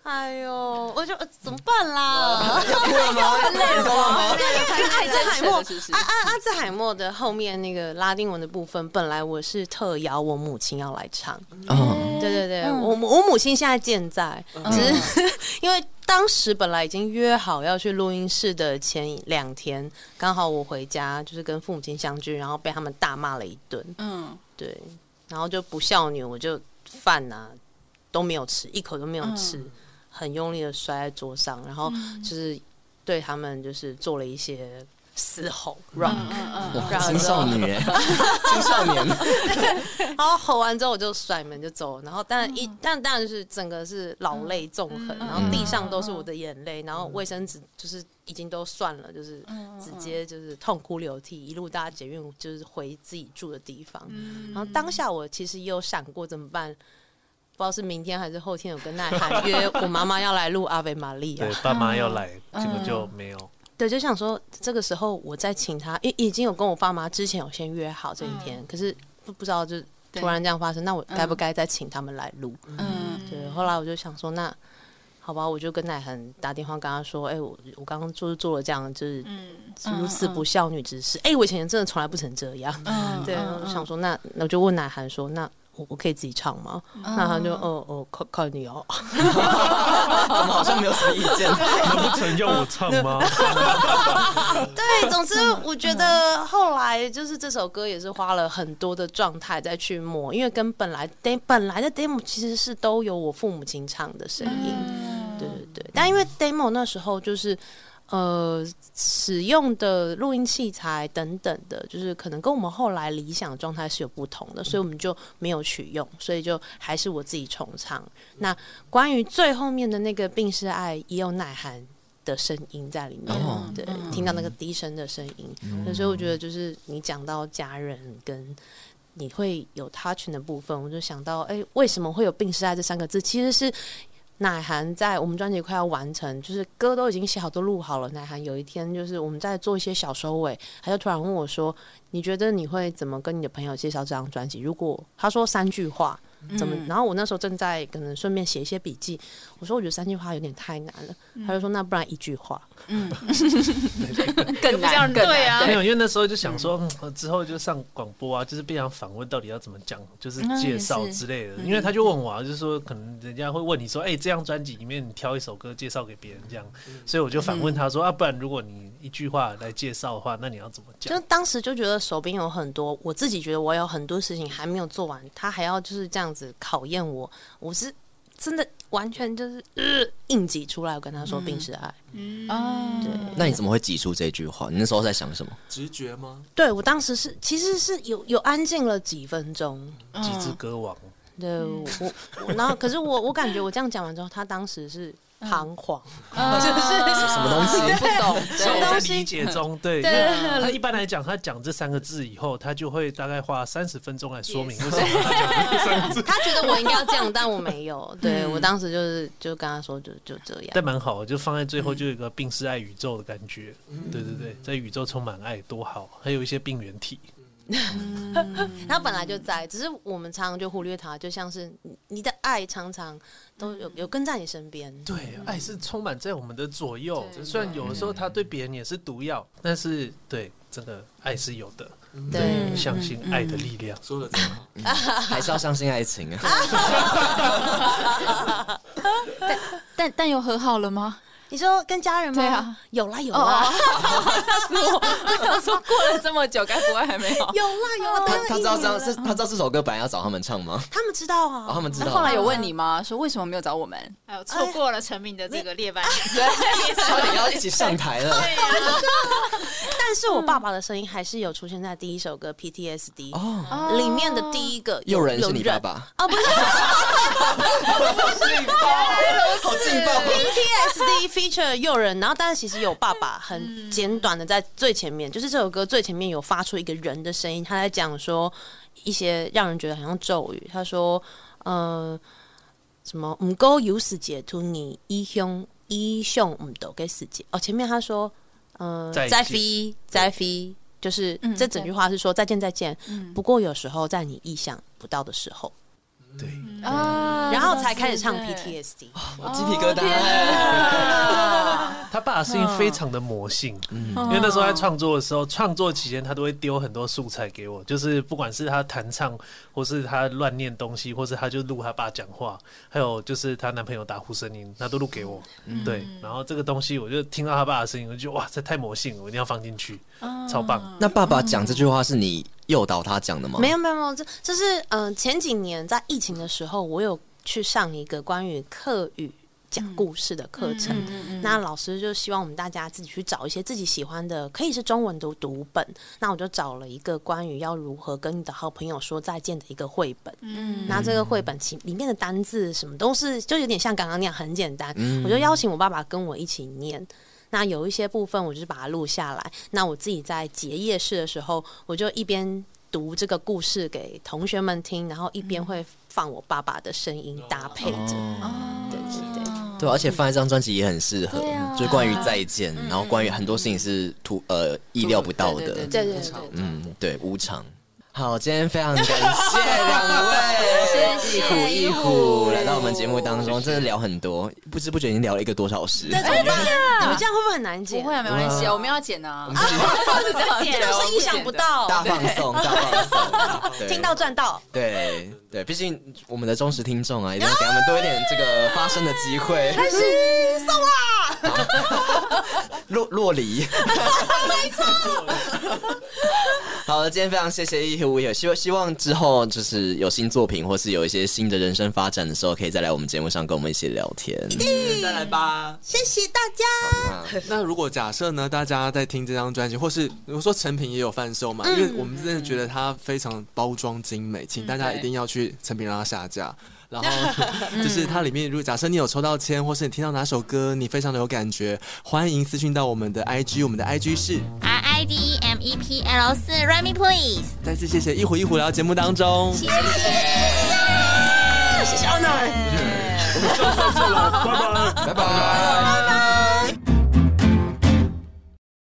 哎呦，我就呃怎么办啦？因为阿兹海默，
是是是
阿阿阿兹海默的后面那个拉丁文的部分，本来我是特邀我母亲要来唱，
嗯，
对对对，我母我母亲现在健在，只是 因为当时本来已经约好要去录音室的前两天，刚好我回家就是跟父母亲相聚，然后被他们大骂了一顿，
嗯，
对，然后就不孝女，我就饭呐、都没有吃，一口都没有吃，很用力的摔在桌上，然后就是对他们就是做了一些嘶吼 rock，、
嗯
哇，
然 后
青少年，青少年，
然后吼完之后我就甩门就走，然后当然一、但当然就是整个是老泪纵横，然后地上都是我的眼泪，然后卫生纸就是已经都算了，就是直接就是痛哭流涕，一路搭捷运就是回自己住的地方，然后当下我其实也有想过怎么办。不知道是明天还是后天，有跟奈涵约我妈妈要来录《阿维玛利亚
对》，，爸妈要来，结果就没有。
对，就想说这个时候我再请她，因为已经有跟我爸妈之前有先约好这一天，可是不不知道就
嗯对
突然这样发生，那我该不该再请他们来录？
嗯
对，后来我就想说，那好吧，我就跟奶恒打电话跟他说，哎、我我刚刚就是做了这样，就是
嗯
嗯
如此不孝女之事。哎、我以前真的从来不曾这样。
嗯，
对，我想说，那那我就问奶涵说，那我我可以自己唱吗？
嗯
那他就，哦哦，靠靠你哦。
我们好像没有什么意 见。
能不曾要我唱吗？
对，总之我觉得后来就是这首歌也是花了很多的状态再去磨，因为跟本来 demo 本来的 demo 其实是都有我父母亲唱的声音，对对对。但因为 demo 那时候就是呃使用的录音器材等等的，就是可能跟我们后来理想的状态是有不同的，所以我们就没有取用，所以就还是我自己重唱。那关于最后面的那个病是爱，也有奶涵。的声音在里面，
哦
对，听到那个低声的声音，所以我觉得就是你讲到家人跟你会有 touch 的部分，我就想到，哎、为什么会有病是爱这三个字？其实是奶涵在我们专辑快要完成，就是歌都已经写好都录好了，奶涵有一天就是我们在做一些小收尾，他就突然问我说：“你觉得你会怎么跟你的朋友介绍这张专辑？”如果他说三句话。怎
嗯
么？然后我那时候正在可能顺便写一些笔记，我说我觉得三句话有点太难了，他就说那不然一句话，
更
比较
难，更
对啊
难
没有，因为那时候就想说，嗯之后就上广播啊，就是被人访问，到底要怎么讲，就是介绍之类的。因为他就问我啊，就是说可能人家会问你说，哎，这张专辑里面你挑一首歌介绍给别人这样，所以我就反问他说，啊，不然如果你一句话来介绍的话，那你要怎么
就
讲？
当时就觉得手边有很多，我自己觉得我有很多事情还没有做完，他还要就是这样子考验我，我是真的完全就是、呃、硬挤出来，我跟他说病是爱。
嗯
哦，对，
那你怎么会挤出这句话？你那时候在想什 么？
直觉吗？
对我当时是其实是有有安静了几分钟，
极致歌王，
嗯
对我我，然后可是我我感觉我这样讲完之后，他当时是
嗯
彷 徨，
哦
就是
什么东西
不懂，
在我
对，
在理解中，对，
对
那他一般来讲，他讲这三个字以后，他就会大概花三十分钟来说明为什么他讲这三个字，
他觉得我应该要这样，但我没有。对
嗯
我当时就是就跟他说就就这样。
但蛮好的，就放在最后就有一个病是爱宇宙的感觉，对对对，在宇宙充满爱多好，还有一些病原体，
他本来就在，只是我们常常就忽略他，就像是你你的爱常常都有有跟在你身边。
对，爱是充满在我们的左右，
对
虽然有的时候他对别人也是毒药，但是对，真的爱是有的，
对，
相信爱的力量。
说的真好，
还是要相信爱 情啊。
但但有和好了吗？
你说跟家人吗？
对啊，
有啦有
哦 哦
啦，
吓死我！我想说过了这么久，该不会还 没好？
有啦有
哦
啦。
他
当然
他知道这样
有啦
是，他知道这首歌本来要找他们唱吗？
他们知道
哦，
啊
他。们知
那
道。
后来有 问你吗？说为什么没有找我们？
还有哎错过了陈敏的这个列
哎
班，
啊
差点要一起上台了。
但是
嗯
我爸爸的声音还是有出现在第一首歌 PTSD
哦，
里面的第一个
诱人
有
是你爸爸，
哦，不是
劲爆，好劲爆！
PTSD feature 诱人，然后但是其实有爸爸很简短的在最前面，就是这首歌最前面有发出一个人的声音，他在讲说一些让人觉得很像咒语。他说，呃，什么唔够有死结图你一凶一凶唔都给死结哦，前面他说，呃，
再见
再飞再飞，就是
嗯
这整句话是说再见再见。不过有时候在你意想不到的时候，
对，
啊
然后 才开始唱
对
PTSD。
我鸡皮疙瘩。
他爸的声音非常的魔性，因为那时候在创作的时候，创作期间他都会丢很多素材给我，就是不管是他弹唱，或是他乱念东西，或是他就录他爸讲话，还有就是她男朋友打呼声音，他都录给我。对，然后这个东西我就听到他爸的声音，我就觉得哇，这太魔性了，我一定要放进去，超棒。
那爸爸讲这句话是你诱导他讲的吗？
没有没有没有，这这是嗯、呃前几年在疫情的时候，我有去上一个关于课语讲故事的课程。那老师就希望我们大家自己去找一些自己喜欢的，可以是中文的读本。那我就找了一个关于要如何跟你的好朋友说再见的一个绘本。
嗯，
那这个绘本其里面的单字什么都是，就有点像刚刚那样很简单。我就邀请我爸爸跟我一起念。那有一些部分我就是把它录下来。那我自己在结业式的时候，我就一边读这个故事给同学们听，然后一边会放我爸爸的声音搭配着。对对对。
对，而且放在这张专辑也很适合，
啊
就是关于再见，然后关于很多事情是突呃意料不到的。
嗯对对对，
嗯，对，无常。好，今天非常 感谢两位，一虎一虎来到我们节目当中，真的聊很多，不知不觉已经聊了一个多小时。
那怎么办？你们这样会不会很难解？
不会啊，没关系 啊，我们要剪啊
我，们自己
是这 样，
这都是意想不。到。
大放送，大放送，对
听到赚到，
对对，毕竟我们的忠实听众啊，一定要给他们多一点这个发声的机会。开始 送啦！洛洛梨，没错。 好了，今天非常谢谢一虎，也希望希望之后就是有新作品或是有一些新的人生发展的时候，可以再来我们节目上跟我们一起聊天。啊
再来吧。
谢谢大家。
那如果假设呢，大家在听这张专辑，或是我说成品也有贩售嘛，因为我们真的觉得它非常包装精美，请大家一定要去成品让它下架。然后就是它里面，如果假设你有抽到签，或是你听到哪首歌你非常的有感觉，欢迎私讯到我们的 IG，我们的 IG 是
R I D E M E P L 四 r e m y Please。
再次谢谢一虎一虎聊节目当中，
拜拜。